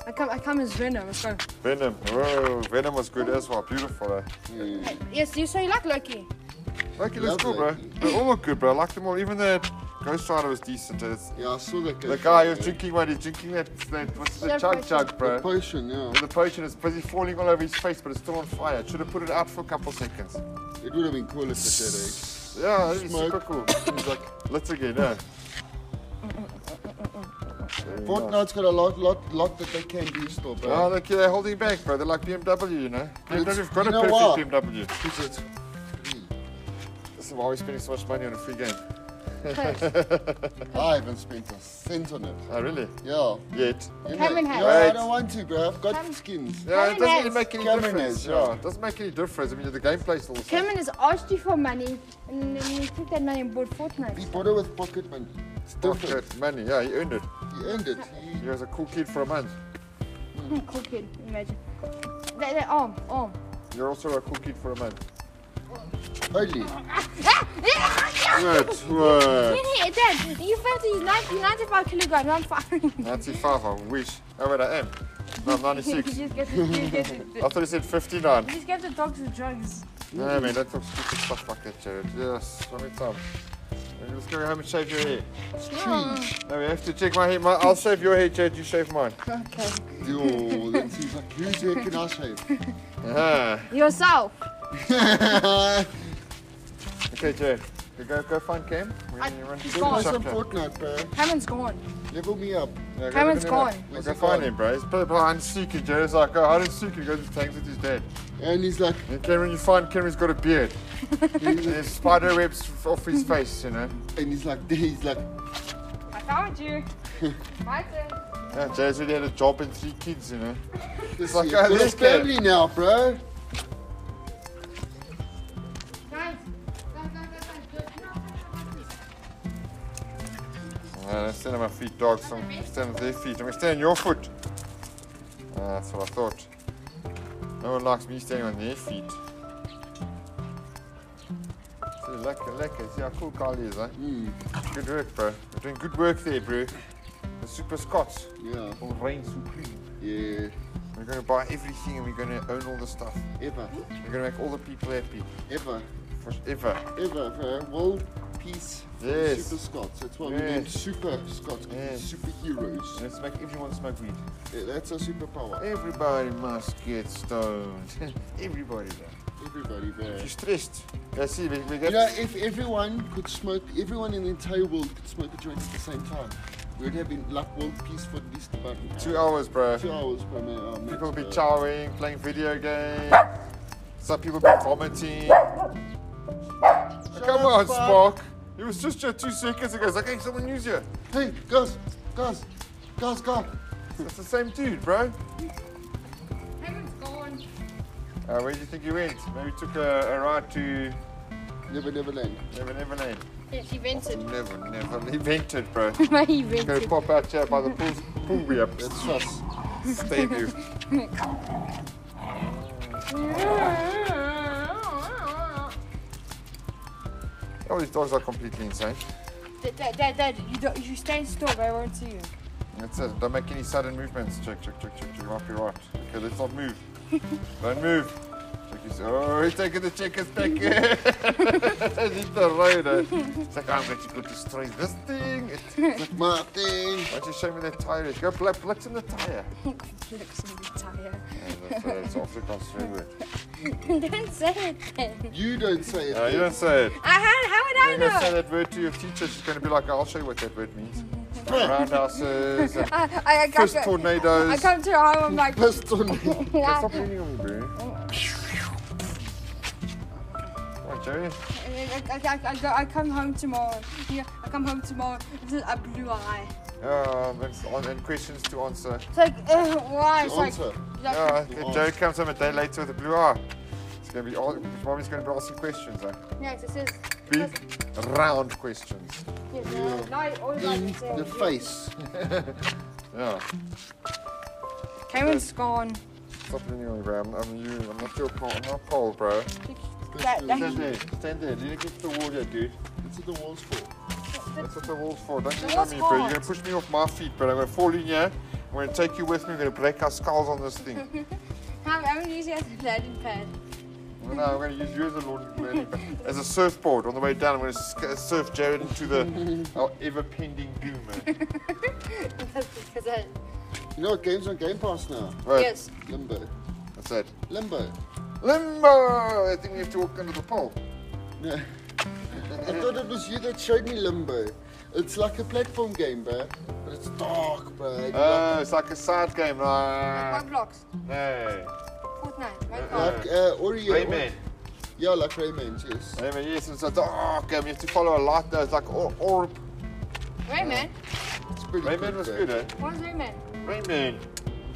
S4: I come I come as Venom. Let's go.
S2: Venom. Whoa, Venom was good as well. Beautiful, eh?
S4: Yes, you say you like Loki.
S2: Loki looks cool, bro.
S1: Lovely.
S2: They all look good, bro. I like them all. Even the Ghost Rider was decent. It's,
S1: Yeah, I saw that guy.
S2: the guy who's drinking what he's drinking that, that what's the
S4: Self
S2: chug
S4: potion.
S2: chug,
S1: The
S2: bro.
S1: potion, yeah.
S2: The potion is busy falling all over his face, but it's still on fire. Should have put it out for a couple seconds.
S1: It would have been cool if it did, eh?
S2: Yeah, that'd be
S1: Smoke.
S2: super cool. He's like, let's again, eh?
S1: Fortnite's got a lot, lot, lot that they can do still, bro.
S2: Oh, look, yeah, they're holding back, bro. They're like BMW, you know?
S1: But it's-
S2: BMW've got
S1: you
S2: a
S1: know
S2: perfect
S1: what?
S2: BMW.
S1: Is it?
S2: This is why we're spending so much money on a free game.
S1: I haven't spent a cent on it.
S2: Oh, really?
S1: Yeah.
S2: Yet.
S1: You
S4: Cameron
S1: know,
S4: has.
S1: yeah, I
S2: Right.
S1: don't want to, bro. I've got skins.
S2: Yeah, it doesn't really
S4: has.
S2: make any
S1: Cameron
S2: difference.
S1: has, yeah.
S2: Yeah, it doesn't make any difference. I mean, the gameplay's still the same.
S4: Cameron has asked you for money, and then you took that money and bought Fortnite.
S1: He bought it with pocket money. It's different.
S2: Pocket money, yeah, he earned it.
S1: He earned it. He-
S2: He was a cool kid for a month.
S4: Hmm, cool kid, imagine. They, they, oh, oh.
S2: You're also a cool kid for a month.
S1: Only.
S2: What? What?
S4: Dad, Dad, you felt he's 90, 95 kilograms, I'm fine.
S2: 95, I wish. Oh, wait, I am. No, I'm
S4: you
S2: 96.
S4: just get the, you get the,
S2: I thought he said 59.
S4: you just get the dogs the drugs.
S2: No, man, don't talk stupid stuff like that, Jared. Yes, one more time. Okay, Let's go home and shave your hair. No, we have to check my hair. My, I'll shave your hair, Jared. You shave mine.
S4: Okay.
S1: Yo, then he's like, who's there can I shave?
S2: Ah.
S4: Yourself.
S2: Okay, Jared. You go, go find Cam. We're
S4: I-
S2: gonna run to
S4: he's
S2: the
S4: gone.
S1: Play
S2: shop
S1: some
S2: now.
S1: Fortnite, bro.
S4: Cameron's gone.
S1: Level me up.
S2: Yeah, go
S4: Cameron's
S2: look at him
S4: gone.
S2: now. We'll
S1: Where's
S2: go
S1: he
S2: find
S1: gone?
S2: him, bro. He's put behind Suki. Jared's like, oh, hide in Suki. Goes and hangs with his dad.
S1: And he's like,
S2: And Cameron, you find Cameron's got a beard. There's spider webs f- off his face, you know.
S1: and he's like, he's like,
S4: I found you. My turn.
S2: Yeah, Jared's already had a job and three kids, you know.
S1: this
S2: like,
S1: is
S2: oh,
S1: a
S2: this guy.
S1: family now, bro.
S5: Guys, guys, guys, guys, guys. You know, I'm gonna-
S2: Uh, don't stand on my feet, dogs. I'm gonna stand on their feet. I'm gonna stand on your foot. Uh, that's what I thought. No one likes me standing on their feet. See, lekker, lekker. See how cool Carly is, eh?
S1: Hmm,
S2: Good work, bro. You're doing good work there, bro. The Super Scots
S1: Yeah,
S2: will reign supreme.
S1: yeah,
S2: We're gonna buy everything and we're gonna own all the stuff.
S1: ever,
S2: We're gonna make all the people happy.
S1: ever,
S2: Forever.
S1: ever, bro. World peace. for the
S2: Yes.
S1: Super Scots. That's why we
S2: Yes.
S1: named Super Scots. 'cause we're
S2: Yes.
S1: Superheroes.
S2: Let's make everyone smoke weed.
S1: Yeah, That's our superpower.
S2: Eh. Everybody must get stoned. Everybody, bro.
S1: Everybody, bro.
S2: You're stressed. I see. We, we
S1: You
S2: get
S1: know, if everyone could smoke, everyone in the entire world could smoke a joint at the same time, we would have been like world peace for at least about
S2: two hours, bro.
S1: two hours per minute. Oh, man,
S2: People be
S1: bro.
S2: chowing, playing video games. Some people be vomiting. Come on,
S1: up, Spock.
S2: Spock. It was just here two seconds ago. It's like, hey, someone use you.
S1: Hey, guys, guys, guys, guys.
S2: It's the same dude, bro.
S5: Everyone's gone.
S2: Uh, where do you think he went? Maybe took a, a ride to
S1: Never, never land.
S2: Never Neverland.
S4: Yeah, she vented.
S2: Never, never. He vented, bro.
S4: My he
S2: He's gonna
S4: vented.
S2: pop out here by the pool. Pool we up.
S1: That's us.
S2: Stay there. Oh, these dogs are completely insane. Oh,
S4: Dad, Dad, Dad, you, don't, you stand still, but I won't see you.
S2: That's it. Don't make any sudden movements. Check, check, check, check, check. You might be right. Okay, let's not move. Don't move. Check his. Oh, he's taking the checkers back. he's the road. eh? It's like, I'm going to go destroy this thing. It's- Why
S1: My thing.
S2: don't you show me that tire? is? Go black, black in the tire.
S4: Looks tired.
S2: Yeah, that's, uh, it's Afrikaans language.
S4: Don't say it then.
S1: You don't say it.
S2: No, you don't say it.
S4: I how, how
S2: You're
S4: would
S2: going to
S4: I
S2: say
S4: know?
S2: that word to your teacher. She's going to be like, I'll show you what that word means. Roundhouses and
S4: I, I, I,
S2: fist
S4: I, I
S2: tornadoes.
S4: come to home, I'm like,
S1: Pissed on me.
S2: Yeah, Stop
S4: and
S2: leaning on me, bro. Come on, Jerry.
S4: then I, I, I, go, I come home tomorrow. Yeah, I come home tomorrow with a blue eye.
S2: Um, and, and- and questions to answer.
S4: It's like, uh, why? It's like,
S1: Answer.
S4: like
S2: Yeah, okay, Jerry comes home a day later with a blue eye. It's gonna be all. His mommy's gonna be asking questions, like
S4: yes, it says,
S2: big, round questions.
S4: yes, uh, no, I always like
S1: In
S4: to say,
S1: the face.
S2: Yeah.
S4: Cameron's gone.
S2: Stop leaning on me, bro. I'm, I'm you. I'm not your pole. I'm not pole, bro.
S4: That, that,
S2: there. Stand there. Lean against the wall, here, dude.
S1: What's the walls for?
S2: That's what the wall's for. Don't lean on
S4: wall's
S2: me, bro. You're
S4: hard.
S2: gonna push me off my feet, but I'm gonna fall in here. I'm gonna take you with me. We're gonna break our skulls on this thing.
S4: I'm, I'm using it as a landing pad.
S2: Well, no, I'm going to use you as a lawn- landing pad. As a surfboard on the way down, I'm going to sc- surf Jared into the our ever pending doom. eh?
S4: That's because I,
S1: You know what game's on Game Pass now?
S2: Right,
S4: yes.
S1: Limbo.
S2: That's it.
S1: Limbo.
S2: Limbo! I think we have to walk under the pole.
S1: Yeah. I thought it was you that showed me Limbo. It's like a platform game, bro. But it's dark, bro. And
S2: Oh, it's like a side game.
S4: Like
S2: Right?
S4: Roblox,
S2: Hey.
S4: Fortnite,
S1: Like,
S4: Minecraft.
S1: like uh, Oreo.
S2: Rayman.
S1: Yeah, like Rayman, yes.
S2: Rayman, yes, it's a dark game. You have to follow a light though. It's like or- orb.
S4: Rayman?
S1: It's pretty
S2: Rayman was
S1: bro.
S2: good, eh?
S4: What is Rayman?
S2: Rayman.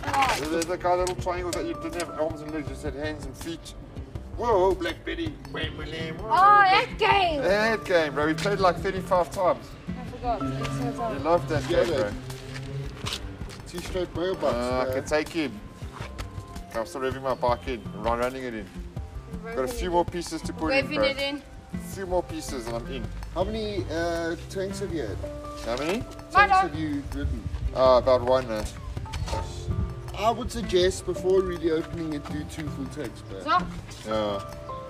S4: Oh,
S2: There's like our little triangle that you didn't have arms and legs, just had hands and feet. Whoa, Black Betty. Rayman,
S4: oh,
S2: whoa.
S4: that game!
S2: That game, bro. We played like 35 times.
S4: I forgot. It's so
S2: I
S4: dumb.
S2: love that
S1: Yeah,
S2: game, bro.
S1: Two straight mailbox,
S2: Uh, I
S1: bro.
S2: can take him. I'm still revving my bike in, run, running it in. Got a few more pieces to put in,
S4: Waving
S2: bro.
S4: it in.
S2: A few more pieces and I'm in.
S1: How many uh, tanks have you had?
S2: How many?
S4: My
S1: Tanks
S4: dog.
S1: have you ridden?
S2: Uh, about one. Uh,
S1: I would suggest before really opening it, do two full tanks, bro.
S4: Zop.
S2: yeah.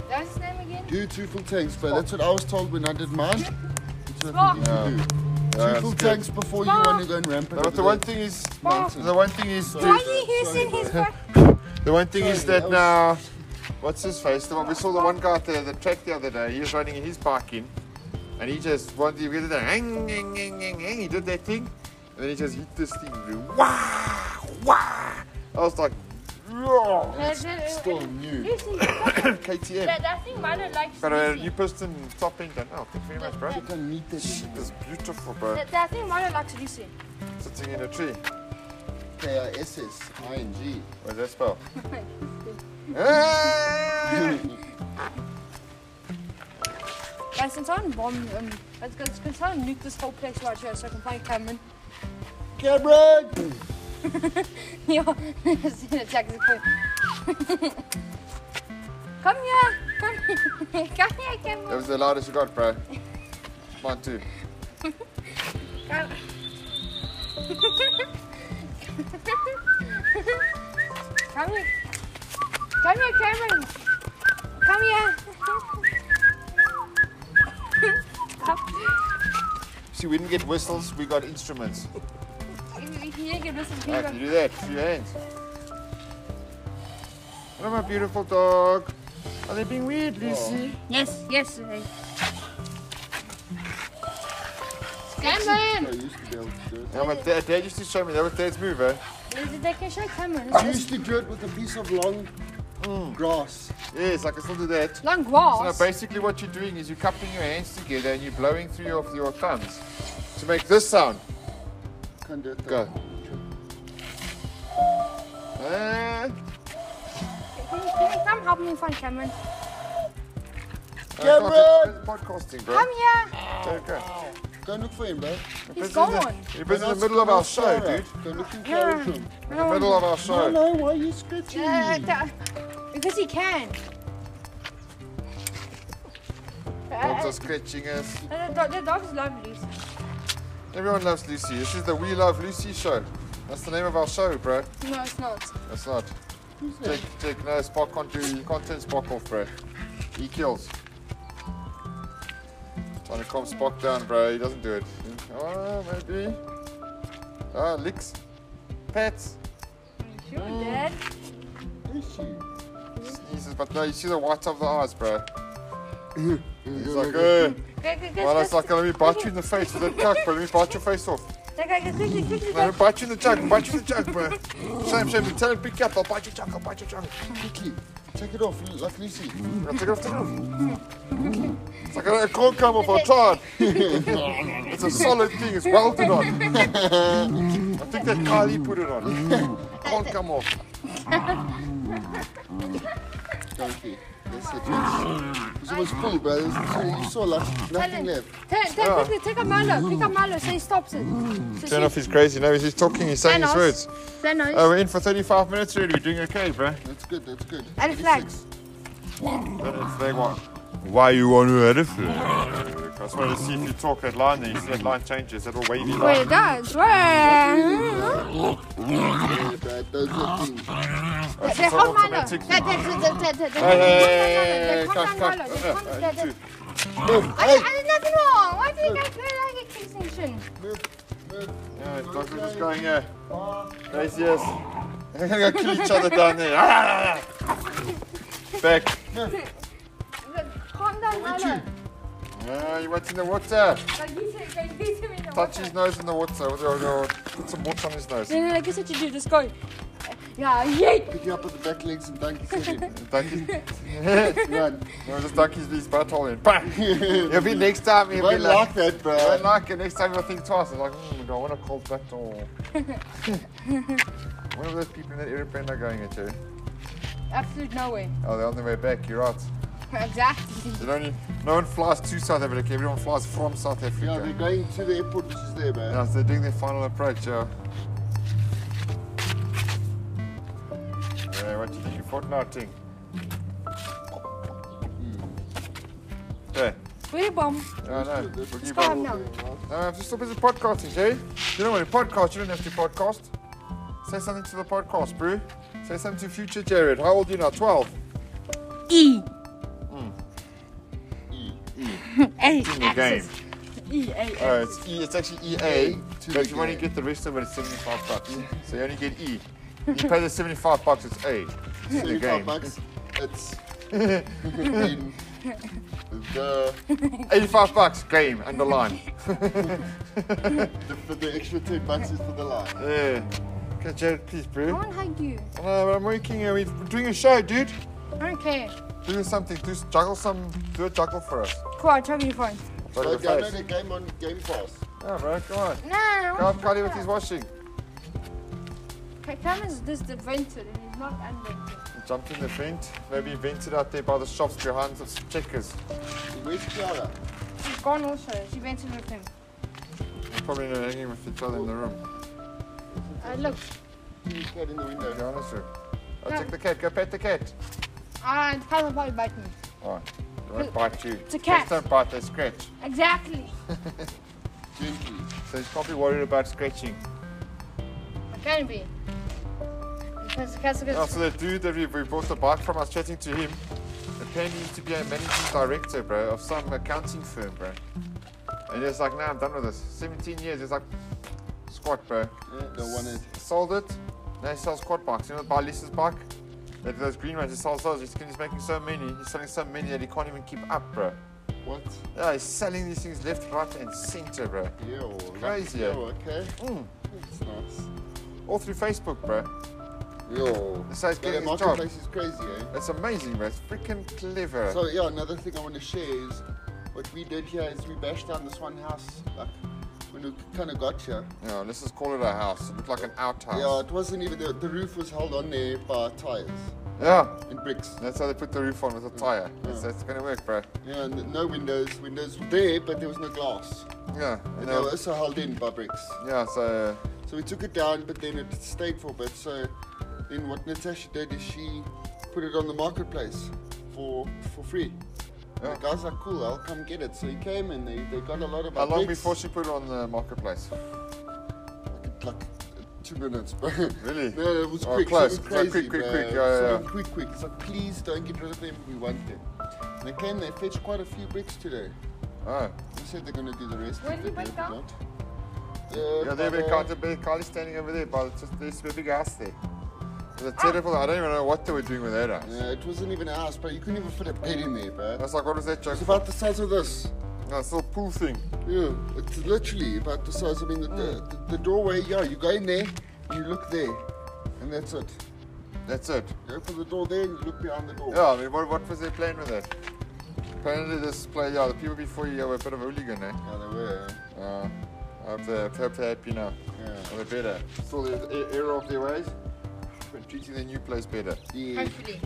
S4: That's his name again?
S1: Do two full tanks, bro. That's what I was told when I did mine. That's what
S4: Smart.
S1: I think you should do.
S2: Yeah,
S1: Two full
S2: it's good.
S1: tanks before you want to go and ramp it.
S2: But
S1: over
S2: the one
S1: there.
S2: thing is,
S4: Ah.
S2: the one thing is,
S4: Why
S2: that,
S4: are you using his phone?
S2: the one thing is
S1: Sorry, that
S2: that now, what's his face? The one, we saw the one guy out there, the track the other day. He was running his bike in, and he just wanted to get it. Hang, hang, hang, hang, hang. He did that thing, and then he just hit this thing. Wow, wow. I was like, "Whoa."
S1: Still new.
S2: KTM.
S4: That, that thing might have liked
S2: Got a
S4: Lucy.
S2: new piston top end done. Oh, thank you very much, bro.
S1: I can meet that shit.
S2: It's beautiful, bro.
S4: That, that thing might have liked Lucy.
S2: Sitting in a tree.
S1: K-I-S-S-I-N-G.
S2: What does that spell? Ah!
S4: Guys, can someone bomb, um, let's go, can someone nuke this whole place right here so I can find Cameron?
S1: Cameron!
S4: Yo, it's an attack the point. Come here, come here, come here,
S2: that
S4: Cameron.
S2: was the loudest you got, bro. Mine too.
S4: Come. Come here. Come here, Cameron. Come here. Come.
S2: See, we didn't get whistles, we got instruments.
S4: You can get this
S2: All
S4: one.
S2: right, you do that. with your hands. What my beautiful dog? Oh. Are they being weird, Lucy?
S4: Yes, yes. uh,
S1: I
S4: Cameron.
S1: used to be able to do it.
S2: Yeah, my dad, dad used to show me that was dad's move, eh?
S4: They can show Cameron.
S1: I used to do it with a piece of long
S2: Hmm.
S1: grass.
S2: Yes, I can still do that.
S4: Long
S2: So
S4: grass.
S2: basically, what you're doing is you're cupping your hands together and you're blowing through your, your thumbs to make this sound.
S1: Can't do it.
S2: Go. Ah,
S4: Can you, can you come help me find Cameron?
S1: Cameron!
S2: it's Podcasting, bro.
S4: Come here.
S2: Don't go.
S1: Go look for him, bro.
S2: You're
S4: He's
S2: busy in the-
S4: gone.
S2: You're busy in the middle of our show, dude.
S1: Go looking for
S4: Yeah.
S1: him.
S4: I
S2: The
S4: don't
S2: middle
S4: want-
S2: of
S1: No,
S2: our show.
S1: no, why are you scratching
S4: Uh,
S1: me?
S4: th- because he can. Uh,
S2: Dogs are scratching us.
S4: Eh, uh, the, dog- the dog's lovely.
S2: Everyone loves Lucy. This is the We Love Lucy show. That's the name of our show, bro.
S4: No, it's not.
S2: That's not. Jake, Jake, no, Spock can't do, he can't turn Spock off, bro. He kills. Trying to calm Spock down, bro. He doesn't do it. Oh, maybe. Ah, licks. Pets.
S4: Sure, Dad.
S2: Sneezes, but no, you see the whites of the eyes, bro. He's like, eh.
S4: Go, go,
S2: Well, it's like, let me bite you in the face with that cuck, bro. Let me bite your face off.
S4: go, go, quickly, quickly,
S2: No, I'll bite you in the jug, bite you in the jug, bro. Shame, shame, tell him pick up, I'll bite your jug, I'll bite your jug.
S1: Quickly, take it off, like Lucy.
S2: I'll take it off, take it off. It's like, it can't come off, I'll try it. It's a solid thing, it's welded on. I think that Kylie put it on. It can't come off.
S1: Thank you. That's it. It's- It's almost full, bro. It's- it's- You saw like nothing left.
S4: Turn, turn quickly, take a Milo, pick up Milo so he stops it. So
S2: Turn off his crazy nose, he's talking, he's saying his words.
S4: Thanos.
S2: Oh, we're in for 35 minutes already, we're doing okay, bro.
S1: That's good. That's good.
S4: Red flag.
S2: Why you want to edit it? I just wanted to see if you talk that line, then you see that line changes, that little wavy
S4: Wait,
S2: line.
S4: it does. Wait.
S1: Yeah, bro, those are things.
S2: That's
S4: They
S2: just an
S4: hold Milo. That,
S2: automatic thing.
S4: that, that, that, that, that,
S2: Hey, hey, hey,
S4: that, hold
S2: hey, hey,
S4: on, Milo.
S2: hey,
S4: They hold-
S2: hey,
S4: that-
S2: hey,
S4: that-
S2: hey,
S4: I did- I did nothing wrong. Why do you guys feel like a extinction?
S1: Move, move.
S2: Yeah, dogs are just going, uh, yeah. Nice, yes. They're gonna go kill each other down there. Ah! Back.
S4: Look, Calm down, Milo.
S2: Ah, you went in the water.
S4: Like you said, like you said, in the
S2: Touch
S4: water.
S2: his nose in the water. Or- or- or Put some water on his nose.
S4: No, no, like you said, you do. Just go. Yeah, yeet.
S1: Pick you up at the back legs and thank you. Sasha.
S2: Donkey.
S1: Run.
S2: No, just dunk his, his butthole in. Bang! You'll be next time, you'll be
S1: Won't
S2: like,
S1: like that, bro.
S2: I like it. Next time you'll think twice. It's like, mm, do I want a cold butthole? One of those people in that airplane are going at you.
S4: Absolute no way.
S2: Oh, they're on their way back. You're right.
S4: Exactly.
S2: They don't need- no one flies to South Africa. Everyone flies from South Africa.
S1: Yeah, they're going to the airport, which is there, man.
S2: Yeah, so they're doing their final approach, yeah. Yeah, Uh, what you think? Fortnite thing. Hmm. Hey,
S4: Where bomb?
S2: no, no,
S4: It's
S2: boogie
S4: gone
S2: ball.
S4: now.
S2: No, I'm just so busy podcasting, eh? You know what? Podcast, you don't have to podcast. Say something to the podcast, bro. Say something to future Jared. How old are you now? 12?
S4: E. A.
S2: In the game.
S4: E. A.
S2: Oh, it's E. It's actually EA.
S1: To
S2: But
S1: the
S2: if you want to
S1: game.
S2: get the rest of it, it's 75 bucks. So you only get E. You pay the 75 bucks, it's A. It's
S1: 75
S2: in the game.
S1: bucks. It's in the,
S2: Eighty-five bucks game underline.
S1: the, for the extra 10 bucks is for the line.
S2: yeah. Okay, Jared, please,
S4: I
S2: bro.
S4: won't hug you.
S2: Uh, but I'm working. here. we're doing a show, dude.
S4: I don't care.
S2: Do something. Do s- juggle some. Do a juggle for us.
S4: Cool, I'll try to be fine.
S2: Juggle
S1: Like, I
S2: your
S1: know
S2: face.
S1: the game on Game Pass.
S2: Yeah, bro. Come on.
S4: No, I
S2: Come on,
S4: won't.
S2: Carly, with his washing.
S4: My camera's disvented and it's not unvented.
S2: He jumped in the vent. Maybe he vented out there by the shops behind the checkers.
S1: Where's Clara?
S4: She's gone also. She vented with him.
S2: They're Probably not hanging with each other in the room.
S4: Uh, look,
S1: She's out in the
S2: To be
S1: window.
S2: honest with you. Oh,
S4: No.
S2: take the cat. Go pet the cat.
S4: I can't about to bite me.
S2: Oh, they won't bite you.
S4: It's a cat.
S2: Cats don't bite. They scratch.
S4: Exactly.
S1: Gently.
S2: So he's probably worried about scratching.
S4: I can be. Because the castle
S2: Yeah,
S4: goes.
S2: so the dude that we, we bought the bike from, I was chatting to him. Apparently, he used to be a managing director, bro, of some accounting firm, bro. And he was like, nah, I'm done with this. 17 years. He's like, squat, bro.
S1: Yeah, don't want it.
S2: Sold it. Now he sells quad bikes. You know, buy Lisa's bike? Like those green ones, he sells those. He's, he's making so many. He's selling so many that he can't even keep up, bro.
S1: What?
S2: Yeah, he's selling these things left, right, and center, bro.
S1: Yeah, all right.
S2: Crazy,
S1: Yeah,
S2: eh?
S1: okay.
S2: Mm.
S1: It's nice.
S2: All through Facebook, bro.
S1: Yo.
S2: So he's
S1: Yeah, the
S2: getting his job.
S1: marketplace is crazy, eh?
S2: It's amazing, bro. It's freaking clever.
S1: So yeah, another thing I want to share is what we did here is we bashed down this one house like when we kind of got here.
S2: Yeah, let's just call it a house. It looked like an outhouse.
S1: Yeah, it wasn't even the, the roof was held on there by tires
S2: Yeah,
S1: and bricks.
S2: That's how they put the roof on with a tire. That's, that's gonna work, bro.
S1: Yeah, and no windows. Windows were there, but there was no glass.
S2: Yeah. And
S1: And they were
S2: then,
S1: also held in by bricks.
S2: yeah, so
S1: So we took it down, but then it stayed for a bit. So then what Natasha did is she put it on the marketplace for for free. The guys are cool. I'll come get it. So he came and they, they got a lot of.
S2: How long
S1: bricks.
S2: before she put it on the marketplace?
S1: Like, like two minutes. bro.
S2: Really?
S1: No, it was
S2: Oh,
S1: quick.
S2: close.
S1: It was
S2: It's
S1: crazy,
S2: like quick, quick,
S1: bro.
S2: quick. Yeah,
S1: So
S2: yeah.
S1: quick, quick. It's like, please don't get rid of them. We want them. They came. They fetched quite a few bricks today.
S2: Oh.
S1: They said they're going to do the rest.
S5: Where
S1: if
S5: do
S1: they
S5: you
S1: do
S5: break
S1: it or
S5: down?
S1: not. Uh,
S2: Yeah, there
S1: but,
S2: we
S1: uh,
S2: can't be Carly's standing over there, but it's just there's a big house there. It's a terrible I don't even know what they were doing with that house.
S1: Yeah, it wasn't even a house, but you couldn't even fit a bed in there,
S2: I
S1: bro.
S2: was like, what was that joke?
S1: It's about the size of this.
S2: No, it's a little pool thing.
S1: Yeah, it's literally about the size. I mean, the, the,
S2: Mm.
S1: the doorway, yeah, you go in there, you look there, and that's it.
S2: That's it.
S1: You open the door there and you look behind the door.
S2: Yeah, I mean, what, what was their plan with that? Apparently, this play, yeah, the people before you were a bit of a hooligan, eh?
S1: Yeah, they were.
S2: Uh, I hope they're, hope they're happy now.
S1: Yeah.
S2: Or they're better. Saw the error of their ways, but treating their new place better.
S1: Yeah,
S5: Hopefully.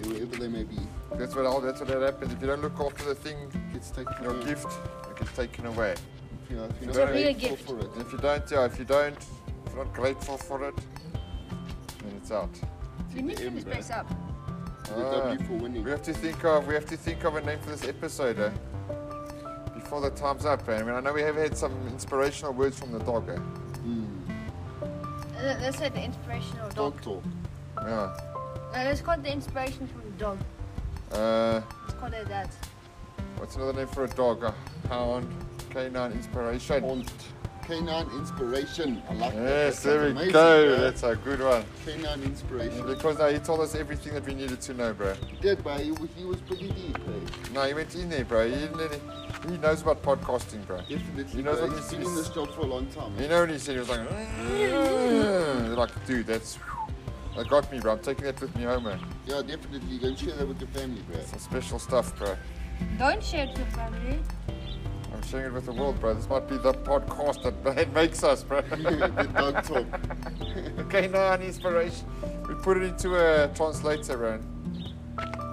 S1: yeah, wherever they may be,
S2: That's what all. That's what that happens. If you don't look after the thing,
S1: gets taken
S2: your
S1: away.
S2: gift, it gets taken away.
S1: If you're, if you're
S2: It's
S1: not
S2: a real
S1: grateful
S5: gift.
S1: for it.
S2: And if you don't, yeah, if you don't, if you're not grateful for it, then it's out.
S4: You need to put this
S1: Ember.
S4: place up.
S1: The
S2: Ah.
S1: W for winning.
S2: We have to think of we have to think of a name for this episode eh? before the time's up. eh? I mean, I know we have had some inspirational words from the dog. Eh?
S5: Uh, Let's say the inspirational dog.
S1: Dog talk.
S2: Yeah.
S5: No, let's call it the inspiration from the dog.
S2: Uh,
S5: Let's call it that.
S2: what's another name for a dog? A hound, canine inspiration.
S1: Haunt. Canine inspiration. I like that.
S2: Yes,
S1: That's
S2: there we
S1: amazing,
S2: go.
S1: bro.
S2: That's a good one.
S1: Canine inspiration.
S2: Because now he told us everything that we needed to know, bro.
S1: He did, but he, he was pretty deep, eh?
S2: No, he went in there, bro. He, didn't let it- he knows about podcasting, bro.
S1: Definitely.
S2: You know
S1: bro.
S2: what
S1: He's
S2: this
S1: been in
S2: is?
S1: this job for a long time. eh?
S2: You know when he said he was like, "Ugh," like, dude, that's that got me, bro. I'm taking that with me home, man.
S1: Yeah, definitely. Go and share that with your family, bro.
S2: Some special stuff, bro.
S5: Don't share it with family.
S2: I'm sharing it with the world, bro. This might be the podcast that, that makes us, bro.
S1: the dog talk.
S2: okay, now an inspiration. We put it into a translator, bro.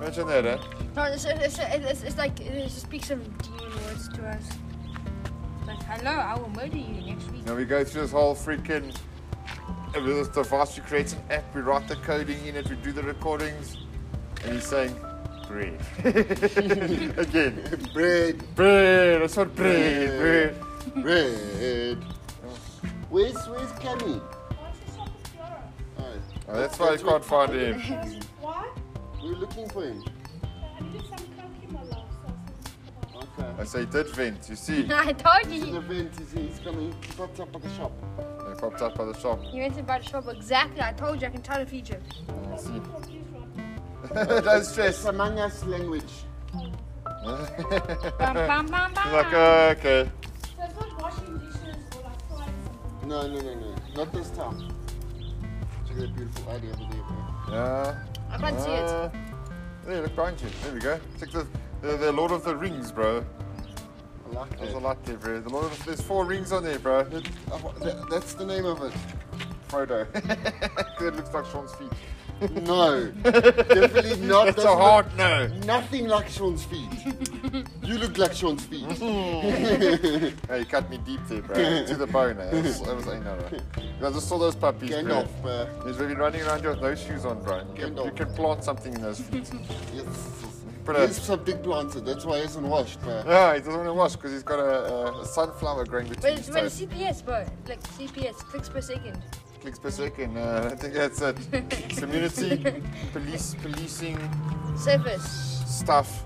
S2: Imagine that, eh?
S5: No, it's, it's, it's, it's like it speaks some demon words to us.
S4: Like, hello, I will murder you next week.
S2: Now we go through this whole freaking with this device. We create an app. We write the coding in it. We do the recordings, and he's saying, "Bread." Again,
S1: Bread,
S2: bread. That's what bread. Bread.
S1: bread. Where's where's Kenny?
S5: What's the shop of
S1: Oh,
S2: Oh, that's why I can't find him.
S7: Why?
S1: we're looking for him.
S7: I needed some coke in my life, so I said,
S1: Okay.
S2: I say he did vent. You see,
S5: I told
S1: He's in
S5: you.
S1: the vent. He's, he's coming. He popped up at the shop.
S2: they popped up by the shop.
S5: You went to buy the shop exactly. I told you. I can tell the future.
S2: You see,
S7: "Well, please run."
S2: don't
S1: It's
S2: stress.
S1: Among Us language.
S4: Bam, bam, bam, bam.
S2: He's like, "Oh, okay.
S7: So it's not washing dishes or like frying something.
S1: No, no, no, no. Not this time. Check that beautiful idea over there, bro.
S2: Yeah.
S5: I can't see it.
S2: Uh, There, look behind you. There we go. It's like the, the, the Lord of the Rings, bro.
S1: I like
S2: There's a
S1: that.
S2: lot there, bro. The Lord of, there's four rings on there, bro.
S1: That- I wa- that- that's the name of it.
S2: Frodo. that looks like Sean's feet.
S1: No, definitely not.
S2: That's a
S1: doesn't look-
S2: hard no.
S1: Nothing like Sean's feet. you look like Sean's feet.
S2: Hey, you cut me deep there, bro. to the bone. Eh? That was, that was ain't no, right. I just saw those puppies, bro.
S1: Gandalf, bro.
S2: He's been running around here with no shoes on, bro. You can,
S1: Gandalf.
S2: you can plant something in those feet.
S1: Yes.
S2: Put a-
S1: He's some big planter. That's why he hasn't washed, bro.
S2: Yeah, he doesn't want to wash because he's got a, a, a sunflower growing between
S5: When,
S2: his
S5: when
S2: toes.
S5: CPS, bro. Like CPS, clicks per second.
S2: Clicks per second. Uh, I don't think that's it. It's immunity, police, policing
S5: Service.
S2: stuff.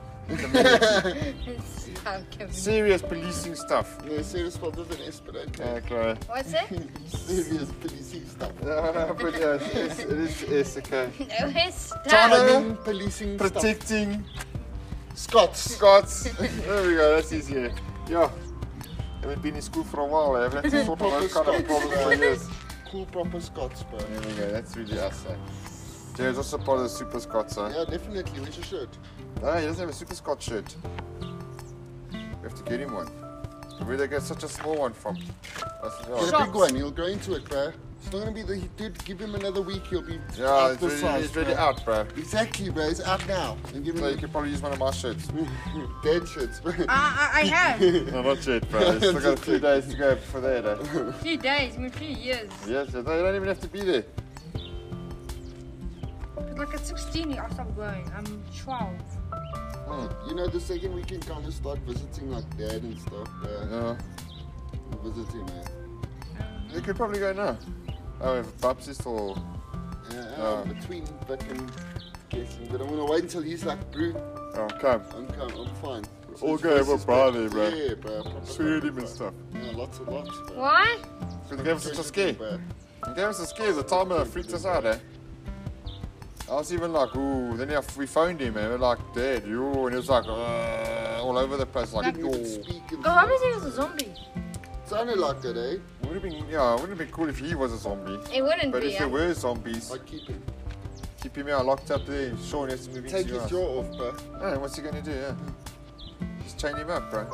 S2: Serious policing stuff.
S1: No, serious well, doesn't but okay.
S2: Okay.
S5: What's that?
S1: serious policing stuff.
S2: Uh, but yeah, it is, it is it's okay.
S5: OS.
S2: China.
S1: Planning, policing stuff.
S2: Protecting
S1: Scots.
S2: Scots. there we go, that's easier. Yeah. Haven't been in school for a while, eh? I haven't had to sort of those kind of problems for years.
S1: Cool proper Scots, bro.
S2: There we go, that's really us, eh? Jared's also part of the Super Scots, eh?
S1: Yeah, definitely. We should shoot.
S2: No, he doesn't have a Super Scott shirt. We have to get him one. Where they get such a small one from? That's the
S1: Get a
S2: hell.
S1: big one. He'll go into it, bro. It's not gonna be the dude. Give him another week. He'll be
S2: Yeah,
S1: half
S2: it's
S1: the
S2: really,
S1: size,
S2: it's really
S1: bro.
S2: out, bro.
S1: Exactly, bro. It's out now. And give him
S2: So you could probably use one of my shirts.
S1: dead shits, bro.
S4: I, I, I have.
S2: No, not yet, bro. It's still got a few days to go before that. Eh?
S4: few days, a few years.
S2: Yes, no, you don't even have to be there.
S4: But like at 16, I stopped growing. I'm 12.
S2: Hmm.
S1: You know, the second we can kind of start visiting like dad and stuff, bruh.
S2: Yeah.
S1: Visiting, man.
S2: You could probably go now. Oh, if Babs is still.
S1: Yeah,
S2: Oh.
S1: I'm uh, um, between Vic and guessing, but I'm gonna wait until he's like, bro,
S2: Oh, come.
S1: I'm, com- I'm fine.
S2: All
S1: it's
S2: good with
S1: versus
S2: Barney,
S1: Vic.
S2: bruh.
S1: Yeah, bro.
S2: Sweet him and stuff.
S1: Yeah, lots of lots, bro.
S4: Why?
S2: So they gave us such a scare.
S1: Bruh.
S2: They gave us a scare. The timer freaked us out, eh? I was even like, ooh. Then I- we phoned him and we're like, Dad, you. And he was like, uh, all over the place, like,
S1: Didn't even
S2: ooh.
S1: speak. and-
S4: But obviously it was a zombie.
S1: Sounded like it, eh?
S2: Would have been, yeah, wouldn't it be cool if he was a zombie?
S4: It wouldn't
S2: But
S4: be.
S2: if there were zombies,
S1: I keep it.
S2: keep him out locked up there. Sean has to move
S1: Take
S2: into your
S1: his
S2: house.
S1: jaw off, bro.
S2: Hey, what's he gonna do? Yeah. Just chain him up, bro.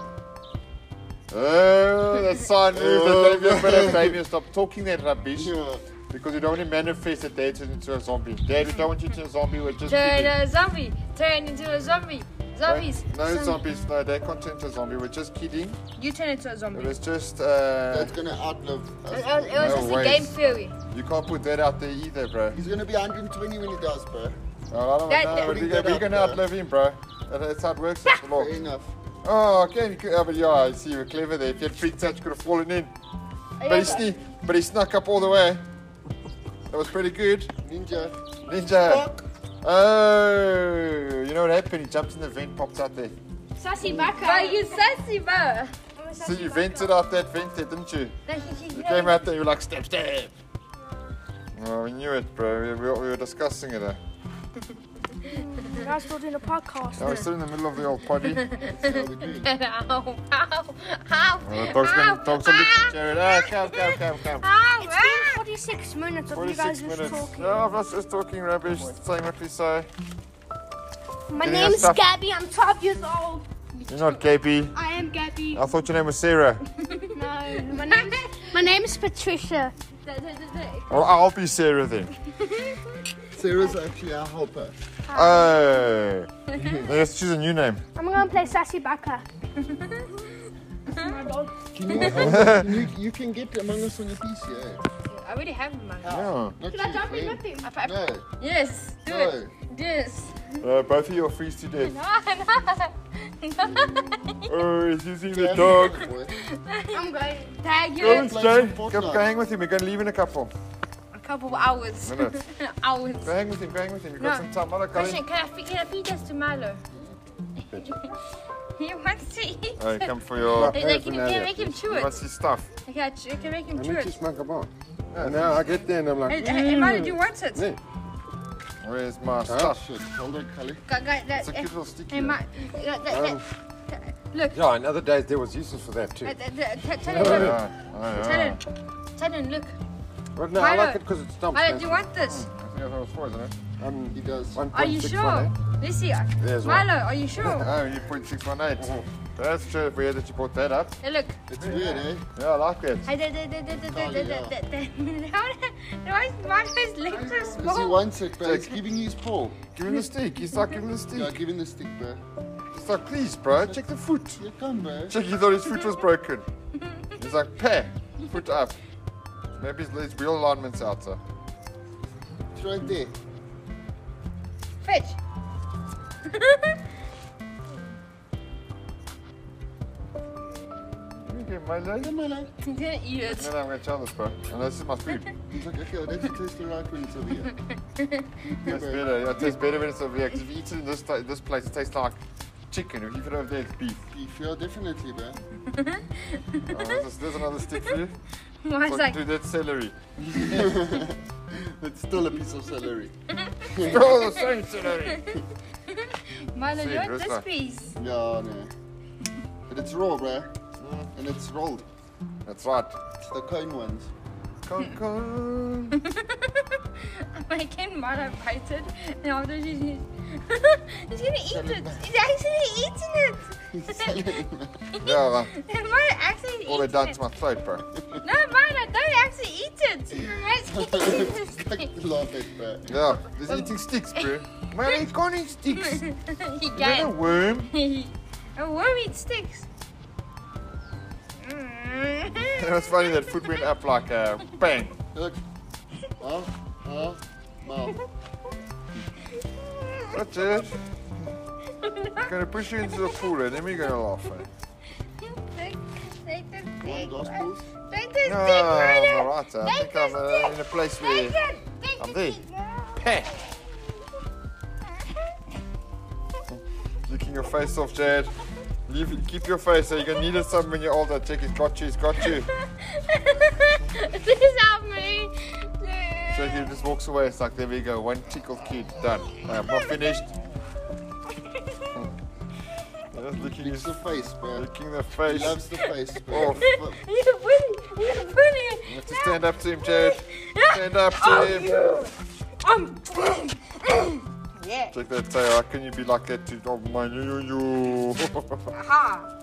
S2: Oh, that sign moved. That Damien better, Damien, stop talking that rubbish.
S1: Yeah.
S2: Because you don't want to manifest that Dad turns into a zombie. Dad, we don't want you to turn zombie. We're just.
S4: Turn
S2: kidding.
S4: a zombie. Turn into a zombie. Zombies.
S2: No, no zombies. No, Dad can't turn into a zombie. We're just kidding.
S4: You turn into a
S2: It
S4: zombie. It
S2: was just. Uh,
S1: That's gonna outlive
S4: was, it
S1: us.
S4: was just
S2: ways.
S4: a game theory.
S2: you can't put that out there either, bro.
S1: He's gonna be 120 when he dies, bro.
S2: Well, I don't
S4: That-
S2: know.
S1: Putting
S2: We're,
S1: that
S2: we're
S1: out
S2: gonna
S1: there.
S2: outlive him, bro. That- That's how it works. That's the law.
S1: Fair enough.
S2: Oh, okay. you could- Oh, but yeah, I see you were clever there. If you had freaked out, you could have fallen in. But he, sne- but he snuck up all the way. That was pretty good.
S1: Ninja.
S2: Ninja. Oh, you know what happened? He jumped in the vent, popped out there.
S5: Sassy backer.
S4: But you sassy, bro.
S2: So you vented out that vent there, didn't you? You came out there, you were like, stab, stab. Oh, we knew it, bro. We, we, we were discussing it. Eh?
S7: Now still doing a podcast.
S2: Now we're still in the middle of the old potty.
S4: ow, ow, ow.
S2: Oh, the dog's going dog's gonna lick Jared. Ah, come, come, come, come.
S7: It's been 46 minutes of you
S2: 46
S7: guys just
S2: minutes.
S7: talking.
S2: No, I'm not just talking rubbish. Saying what we say.
S7: My
S2: Getting
S7: name's
S2: us stuff.
S7: Gabby. I'm 12 years old.
S2: You're not Gabby.
S7: I am Gabby.
S2: I thought your name was Sarah.
S7: No, my name's my name's Patricia.
S2: Well, I'll be Sarah then.
S1: Sarah's actually our helper.
S2: Oh. Let's choose a new name.
S7: I'm gonna play Sassy Baka.
S1: Can you, can you, you can get Among Us on your PC, eh?
S4: I already have mine.
S2: Yeah.
S1: Not
S7: Should I
S1: you,
S7: jump in
S1: eh?
S7: with him?
S4: I- I-
S1: No,
S4: Yes, do it.
S1: no.
S4: Yes.
S2: Uh, both of you are freeze to death.
S4: No, no.
S2: Oh, he's using the dog.
S1: eh?
S7: I'm going.
S4: Tag
S2: Go
S4: you
S2: and
S1: Play
S2: stay.
S1: some
S2: Go,
S1: Fortnite.
S2: go hang with him. We're going to leave in a couple.
S4: a couple of hours.
S2: Minutes.
S4: hours.
S2: Go hang with him. Go hang with him. You've got some
S4: No.
S2: time. Hello,
S4: Christian,
S2: Colin.
S4: can I, fe- can I feed this to Milo? he wants to eat.
S2: Oh, come for your.
S4: Hey, like, can, can I make him chew
S2: You
S4: it?
S2: must see stuff.
S4: Okay, I ch- can I make him
S6: Let
S4: chew
S6: me
S4: it.
S6: just make a bar. And now I get there and I'm
S4: Hey,
S6: like, Mm.
S4: hey, Milo, do you want it?
S6: nee.
S2: Where's my stuff?
S1: Shit, hold on, Cully.
S4: Got, got, that,
S2: It's a
S4: eh,
S2: cute little sticky.
S4: hey, Ma- that, that,
S6: Um,
S4: Look.
S6: Yeah, and other days there was uses for that too.
S4: that, that, that, t- tell him, look.
S2: Yeah, yeah.
S4: Tell him. Tell him, look.
S6: But no, I
S4: Milo.
S6: like it because it stumps.
S4: Milo, do you want this?
S2: I think I thought it was four, isn't it?
S1: He does.
S4: Are you sure? Let's see.
S6: eh? There's one.
S4: Milo, are you sure?
S2: Oh, you point six one eight. That's true. Weird that you brought that up.
S4: hey, look.
S1: It's weird, eh?
S2: Yeah, I like that.
S4: I did, did, did, did, did,
S1: Oh,
S4: did,
S1: yeah.
S4: did, did. Why why is his legs so
S1: Because he
S4: small?
S1: wants it, bro. He's giving you his paw.
S2: Give him the stick. He's like, give him the
S1: Yeah,
S2: stick.
S1: give him the stick, bro.
S2: He's like, please, bro, check the foot.
S1: Here, come, bro.
S2: Check. He thought his foot was broken. He's like, peh, foot up. Maybe his, his wheel alignment's out. sir.
S1: It's right there.
S4: Fetch.
S2: Can you get my leg?
S1: Come on, eh?
S4: I'm gonna eat it.
S2: No, no, I'm gonna challenge this, bro. And this is my food.
S1: He's like, okay, well, that's a taste the right when it's over here.
S2: It's better. Yeah, it tastes better when it's over here. 'Cause if you eat it in this, ta- this place, it tastes like chicken. If you eat it over there, it's beef.
S1: Beef, yeah, definitely, bro.
S2: Oh, there's, there's another stick for you.
S4: Mine's
S2: Fuck,
S4: like,
S2: Dude, that's celery.
S1: It's still a piece of celery.
S2: Bro, the same celery.
S4: Milo,
S2: See,
S4: you want
S2: where's
S4: this
S2: that?
S4: piece?
S1: Yeah, no. But it's raw, bro. And it's rolled.
S2: That's right.
S1: It's the cone ones.
S2: Con, con.
S4: My kid Milo bites it, and after she's he's he's gonna eat it. He's actually eating it.
S2: Yeah, well,
S4: And Milo actually
S2: all they
S4: eating
S2: done
S4: it.
S2: to my throat, bro.
S4: No, Milo, don't actually eat it. He
S1: Love it, bro.
S2: Yeah, he's eating sticks, bro. Man, he can't eat sticks. Is
S4: he
S2: that a
S4: got
S2: worm?
S4: it. A worm eats sticks. Mm.
S2: It was funny that foot went up like a bang.
S1: Look. Huh? Huh? Mouth.
S2: That's it. I'm gonna push you into the pool and then we're gonna laugh. eh?
S5: Take, take the
S1: One
S5: stick.
S1: gospel.
S5: Take the stick,
S2: No,
S5: Ryder.
S2: I'm alright. I
S5: Take
S2: think
S5: the
S2: I'm uh, in a
S5: stick.
S2: place
S5: Take
S2: where
S5: it. Take
S2: I'm
S5: the
S2: there.
S5: stick. now.
S2: licking your face off, Jad. Leave, keep your face. So you're gonna need it some when you're older. Check it. Got you. It's got you.
S5: this is how me.
S2: So he just walks away. It's like there we go. One tickled kid done. I'm not finished. Just licking
S1: Licks
S2: his,
S1: the face, bro.
S2: licking the
S1: He
S2: face.
S1: loves the face,
S2: Oh,
S1: bro.
S2: f-
S5: You're funny. You're funny.
S2: you have to stand up to him, Jad. Stand up
S4: Oh,
S2: to him.
S4: Um, yeah.
S2: Check that tail. How can you be like that? To, oh my, you, you, you.
S4: Ha.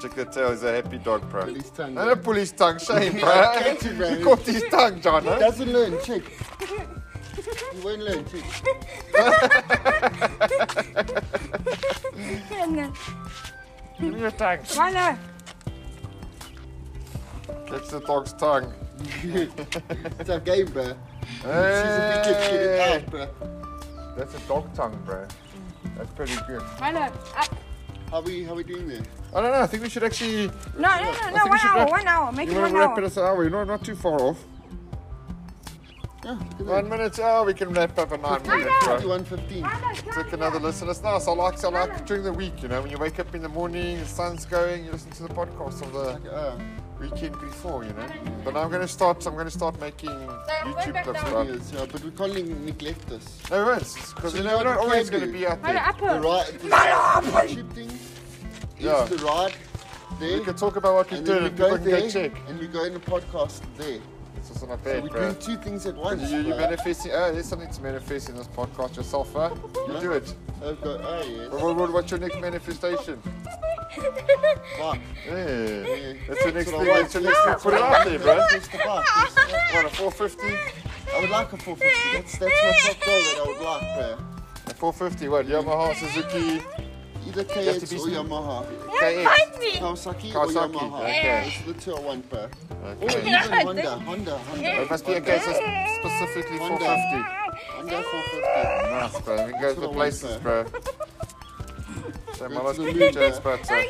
S2: Check that tail. He's a happy dog, bro.
S1: Pull his tongue,
S2: No,
S1: yeah.
S2: don't pull his tongue. Shame, bro.
S1: I can't, bro.
S2: You caught his tongue, John.
S1: He
S2: Huh?
S1: doesn't learn, check. He won't learn, check.
S2: Give me your tongue.
S4: Why not?
S2: Catch the dog's tongue.
S1: it's our game, bro. She's a big kid, get
S2: Hey,
S1: it out, bro.
S2: that's a dog tongue, bro. That's pretty good.
S4: Why not? Uh,
S1: How we, how we doing there?
S2: I don't know. I think we should actually.
S4: no, no, no,
S2: I
S4: no.
S2: think we
S4: One
S2: should
S4: hour,
S2: wrap-
S4: one hour. Make
S2: You
S4: it
S2: want
S4: one
S2: to wrap it
S4: hour.
S2: as an hour? You're not, not too far off.
S1: Yeah, look at
S2: One minute. Oh, we can wrap up in nine minutes,
S1: that.
S2: bro.
S1: 51.15.
S2: Take another listen. It's nice. I like. I like during the week. You know, when you wake up in the morning, the sun's going. You listen to the podcast of the
S1: Uh,
S2: weekend before. You know. But I'm gonna start. I'm gonna start making YouTube clips. Bro. No,
S1: yes, yeah, but we can't neg- neglect this.
S2: we won't, because
S1: So
S2: you
S1: you
S2: know we're
S1: know
S2: not
S1: what we
S2: always
S1: can
S2: gonna
S1: do?
S2: be out
S4: Why
S2: there.
S4: not?
S1: The
S4: Apple.
S1: right, the cheap thing is
S2: Yeah.
S1: the ride there.
S2: We can talk about what we
S1: and
S2: did
S1: then we
S2: and people
S1: go
S2: can go
S1: there,
S2: check.
S1: and we go in the podcast there.
S2: It's also not
S1: So
S2: bad,
S1: we're
S2: bro.
S1: doing two things at once.
S2: You, you
S1: bro.
S2: manifesting. Oh, there's something to manifest in this podcast yourself, huh? You do it.
S1: I've got, oh, yes.
S2: What, what, what's your next manifestation?
S1: Fuck.
S2: Yeah.
S1: Yeah.
S2: That's your next
S1: So
S2: thing.
S1: I
S2: That's your next thing. Put it out there, bro.
S1: It's the fuck, it's the fuck.
S2: What, a 450?
S1: I would like a 450. That's, that's my top goal that I would like, bro.
S2: A 450, what? Yamaha, Suzuki,
S1: Either
S2: You have to
S1: KX
S2: be
S1: or
S2: smooth.
S1: Yamaha.
S2: KX.
S1: Kawasaki, or
S2: Kawasaki,
S1: Yamaha.
S2: okay.
S1: Those are the two I want, bro. Or even
S2: Okay.
S1: Honda, Honda, Honda.
S2: It must be a case of specifically 450.
S1: Honda 450.
S2: Nice, bro. We can go to the places, bro. So my
S1: Go
S2: last
S1: to the
S2: few
S1: moon,
S2: jokes,
S1: bro.
S2: but uh,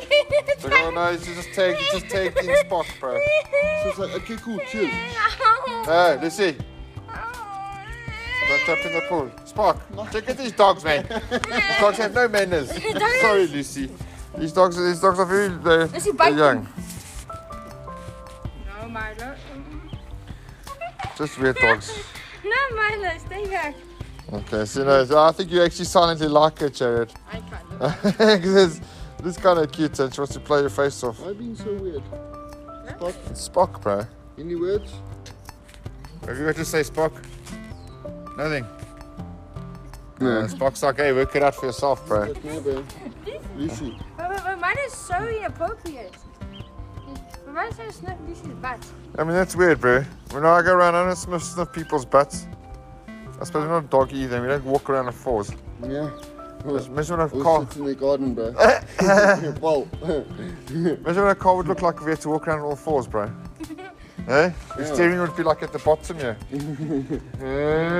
S2: so, oh no, you just take, you just take in spot, bro.
S1: So it's like, okay, cool, cheers.
S2: Hey, Lucy, don't jump in the pool. Spark, check out these dogs, man. These dogs have no manners. Sorry, Lucy. These dogs, these dogs are very, they're,
S4: Lucy,
S2: they're
S4: bite
S2: young.
S4: No, Milo.
S2: Just weird dogs.
S4: No, Milo. Stay back.
S2: Okay, so no, so I think you actually silently like her, Jared.
S4: I can't. do it.
S2: Because this kind of cute and she wants to play your face off.
S1: Why being so weird?
S2: It's Spock, bro.
S1: Any words?
S2: Have you got to say Spock? Nothing. No. Spock's like, hey, work it out for yourself, bro.
S1: But no, bro. Lucy.
S4: But, but, but mine is so inappropriate. But mine is so sniff Lucy's butt.
S2: I mean, that's weird, bro. When I go around, I don't sniff, sniff people's butts. I suppose we're not dog either. We don't walk around on fours.
S1: Yeah.
S2: Imagine what a
S1: Who
S2: car,
S1: sits in the garden, bro? Well,
S2: imagine what a car would look like if we had to walk around on all fours, bro. eh? The steering would be like at the bottom here.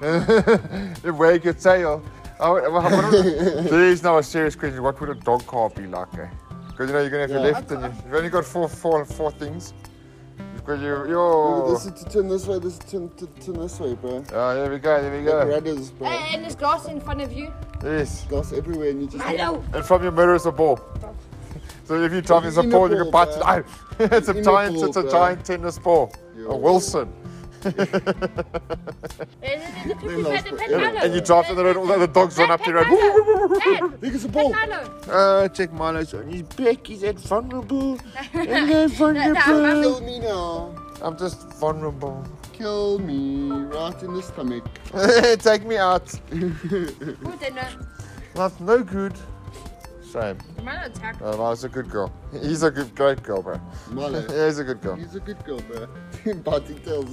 S2: Eh, Wag your tail. I would- I would- there is now a serious question. What would a dog car be like? Because you know you're gonna have your
S1: Yeah.
S2: left and you, you've only got four, four, four things. Because you, yo.
S1: this is to turn this way, this is to turn, to turn this way, bro.
S2: Ah, there we go, there we
S1: Like
S2: go.
S1: rudders, bro.
S4: Uh, And there's glass in front of you.
S2: Yes.
S1: Glass everywhere, and you just.
S4: Hello.
S2: And from your mirror is a ball. So if you drive it's a
S1: In a
S2: ball, you can
S1: ball,
S2: bite it.
S1: bro.
S2: out. it's a
S1: In a
S2: giant,
S1: ball,
S2: it's a
S1: bro.
S2: giant tennis ball.
S1: Yo.
S2: A Wilson.
S4: Uh,
S1: They last forever.
S2: And you drive in the road, all the other dogs run up the road.
S1: Look, it's a ball.
S2: Uh, check Milo's on his back, he's that vulnerable.
S1: Kill me now.
S2: I'm just vulnerable.
S1: Kill me right in the stomach.
S2: Take me out.
S4: Good dinner.
S2: That's no good. Shame.
S4: Mine attack.
S2: No, Milo's a good girl. He's a good, great girl, bro.
S1: Milo.
S2: Yeah, he's a good girl.
S1: He's a good girl, bro. Biting tails.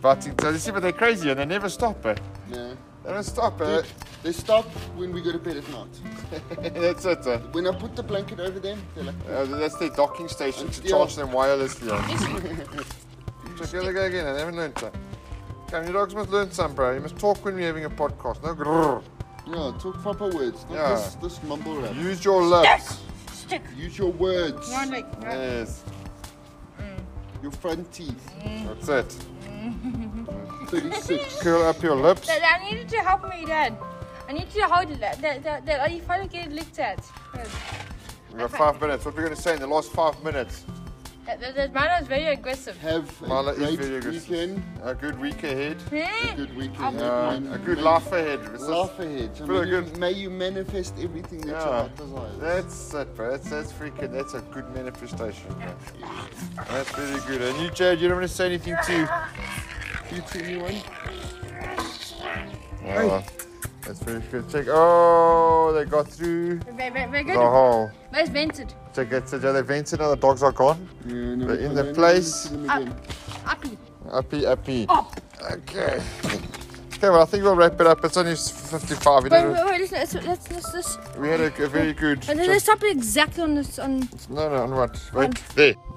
S2: But you see, but they're crazy and they never stop, eh?
S1: Yeah.
S2: They don't stop, eh?
S1: Dude, they stop when we go to bed at night.
S2: That's it, eh?
S1: When I put the blanket over them, they're like,
S2: Uh, that's their docking station to
S1: Yeah.
S2: charge them wirelessly on. Check it again, I haven't learned that. Come, you dogs must learn some, bro. You must talk when we're having a podcast. No grrr.
S1: Yeah, talk proper words, not
S2: Yeah.
S1: this, this mumble rap.
S2: Use your lips.
S8: Stick.
S1: Use your words,
S8: One leg. Right.
S2: Yes.
S1: your front teeth.
S2: That's it.
S1: 36.
S2: Curl up your lips.
S4: Dad, I need you to help me, Dad. I need you to hold it. That, that, that, that you finally get it licked at.
S2: We've got five minutes. What are we going to say in the last five minutes?
S4: That, that, that mine is very aggressive.
S1: Have a
S2: Marla is very
S1: great
S2: aggressive.
S1: weekend.
S2: A good week ahead.
S4: Eh?
S1: A good weekend.
S2: Uh,
S1: everyone.
S2: a good
S1: May-
S2: laugh ahead. This is-
S1: Laugh ahead. I
S2: Feel
S1: mean, you-
S2: good.
S1: may you manifest everything that your
S2: Yeah.
S1: heart desires.
S2: That's it, bro. That's, that's freaking, that's a good manifestation. Bro. That's really good. And you, Jared, you don't want to say anything to
S1: you to anyone?
S2: Oh, that's very good. Take, oh, they got through
S4: Very, very, very
S2: the
S4: good.
S2: hole.
S4: Very vented.
S2: Take it, so they vented now, the dogs are gone.
S1: Yeah, no,
S2: They're in the
S1: no, no,
S2: place.
S1: no, no, no, no, no.
S4: Uppy.
S2: Uppy, uppy. Okay. Okay, well, I think we'll wrap it up. It's only 55. We,
S4: Wait,
S2: did
S4: wait,
S2: a,
S4: wait, listen, let's, let's, let's, let's,
S2: we had a, a very good.
S4: let's, let's stop it exactly on this, on
S2: No, no, on what? Wait, there.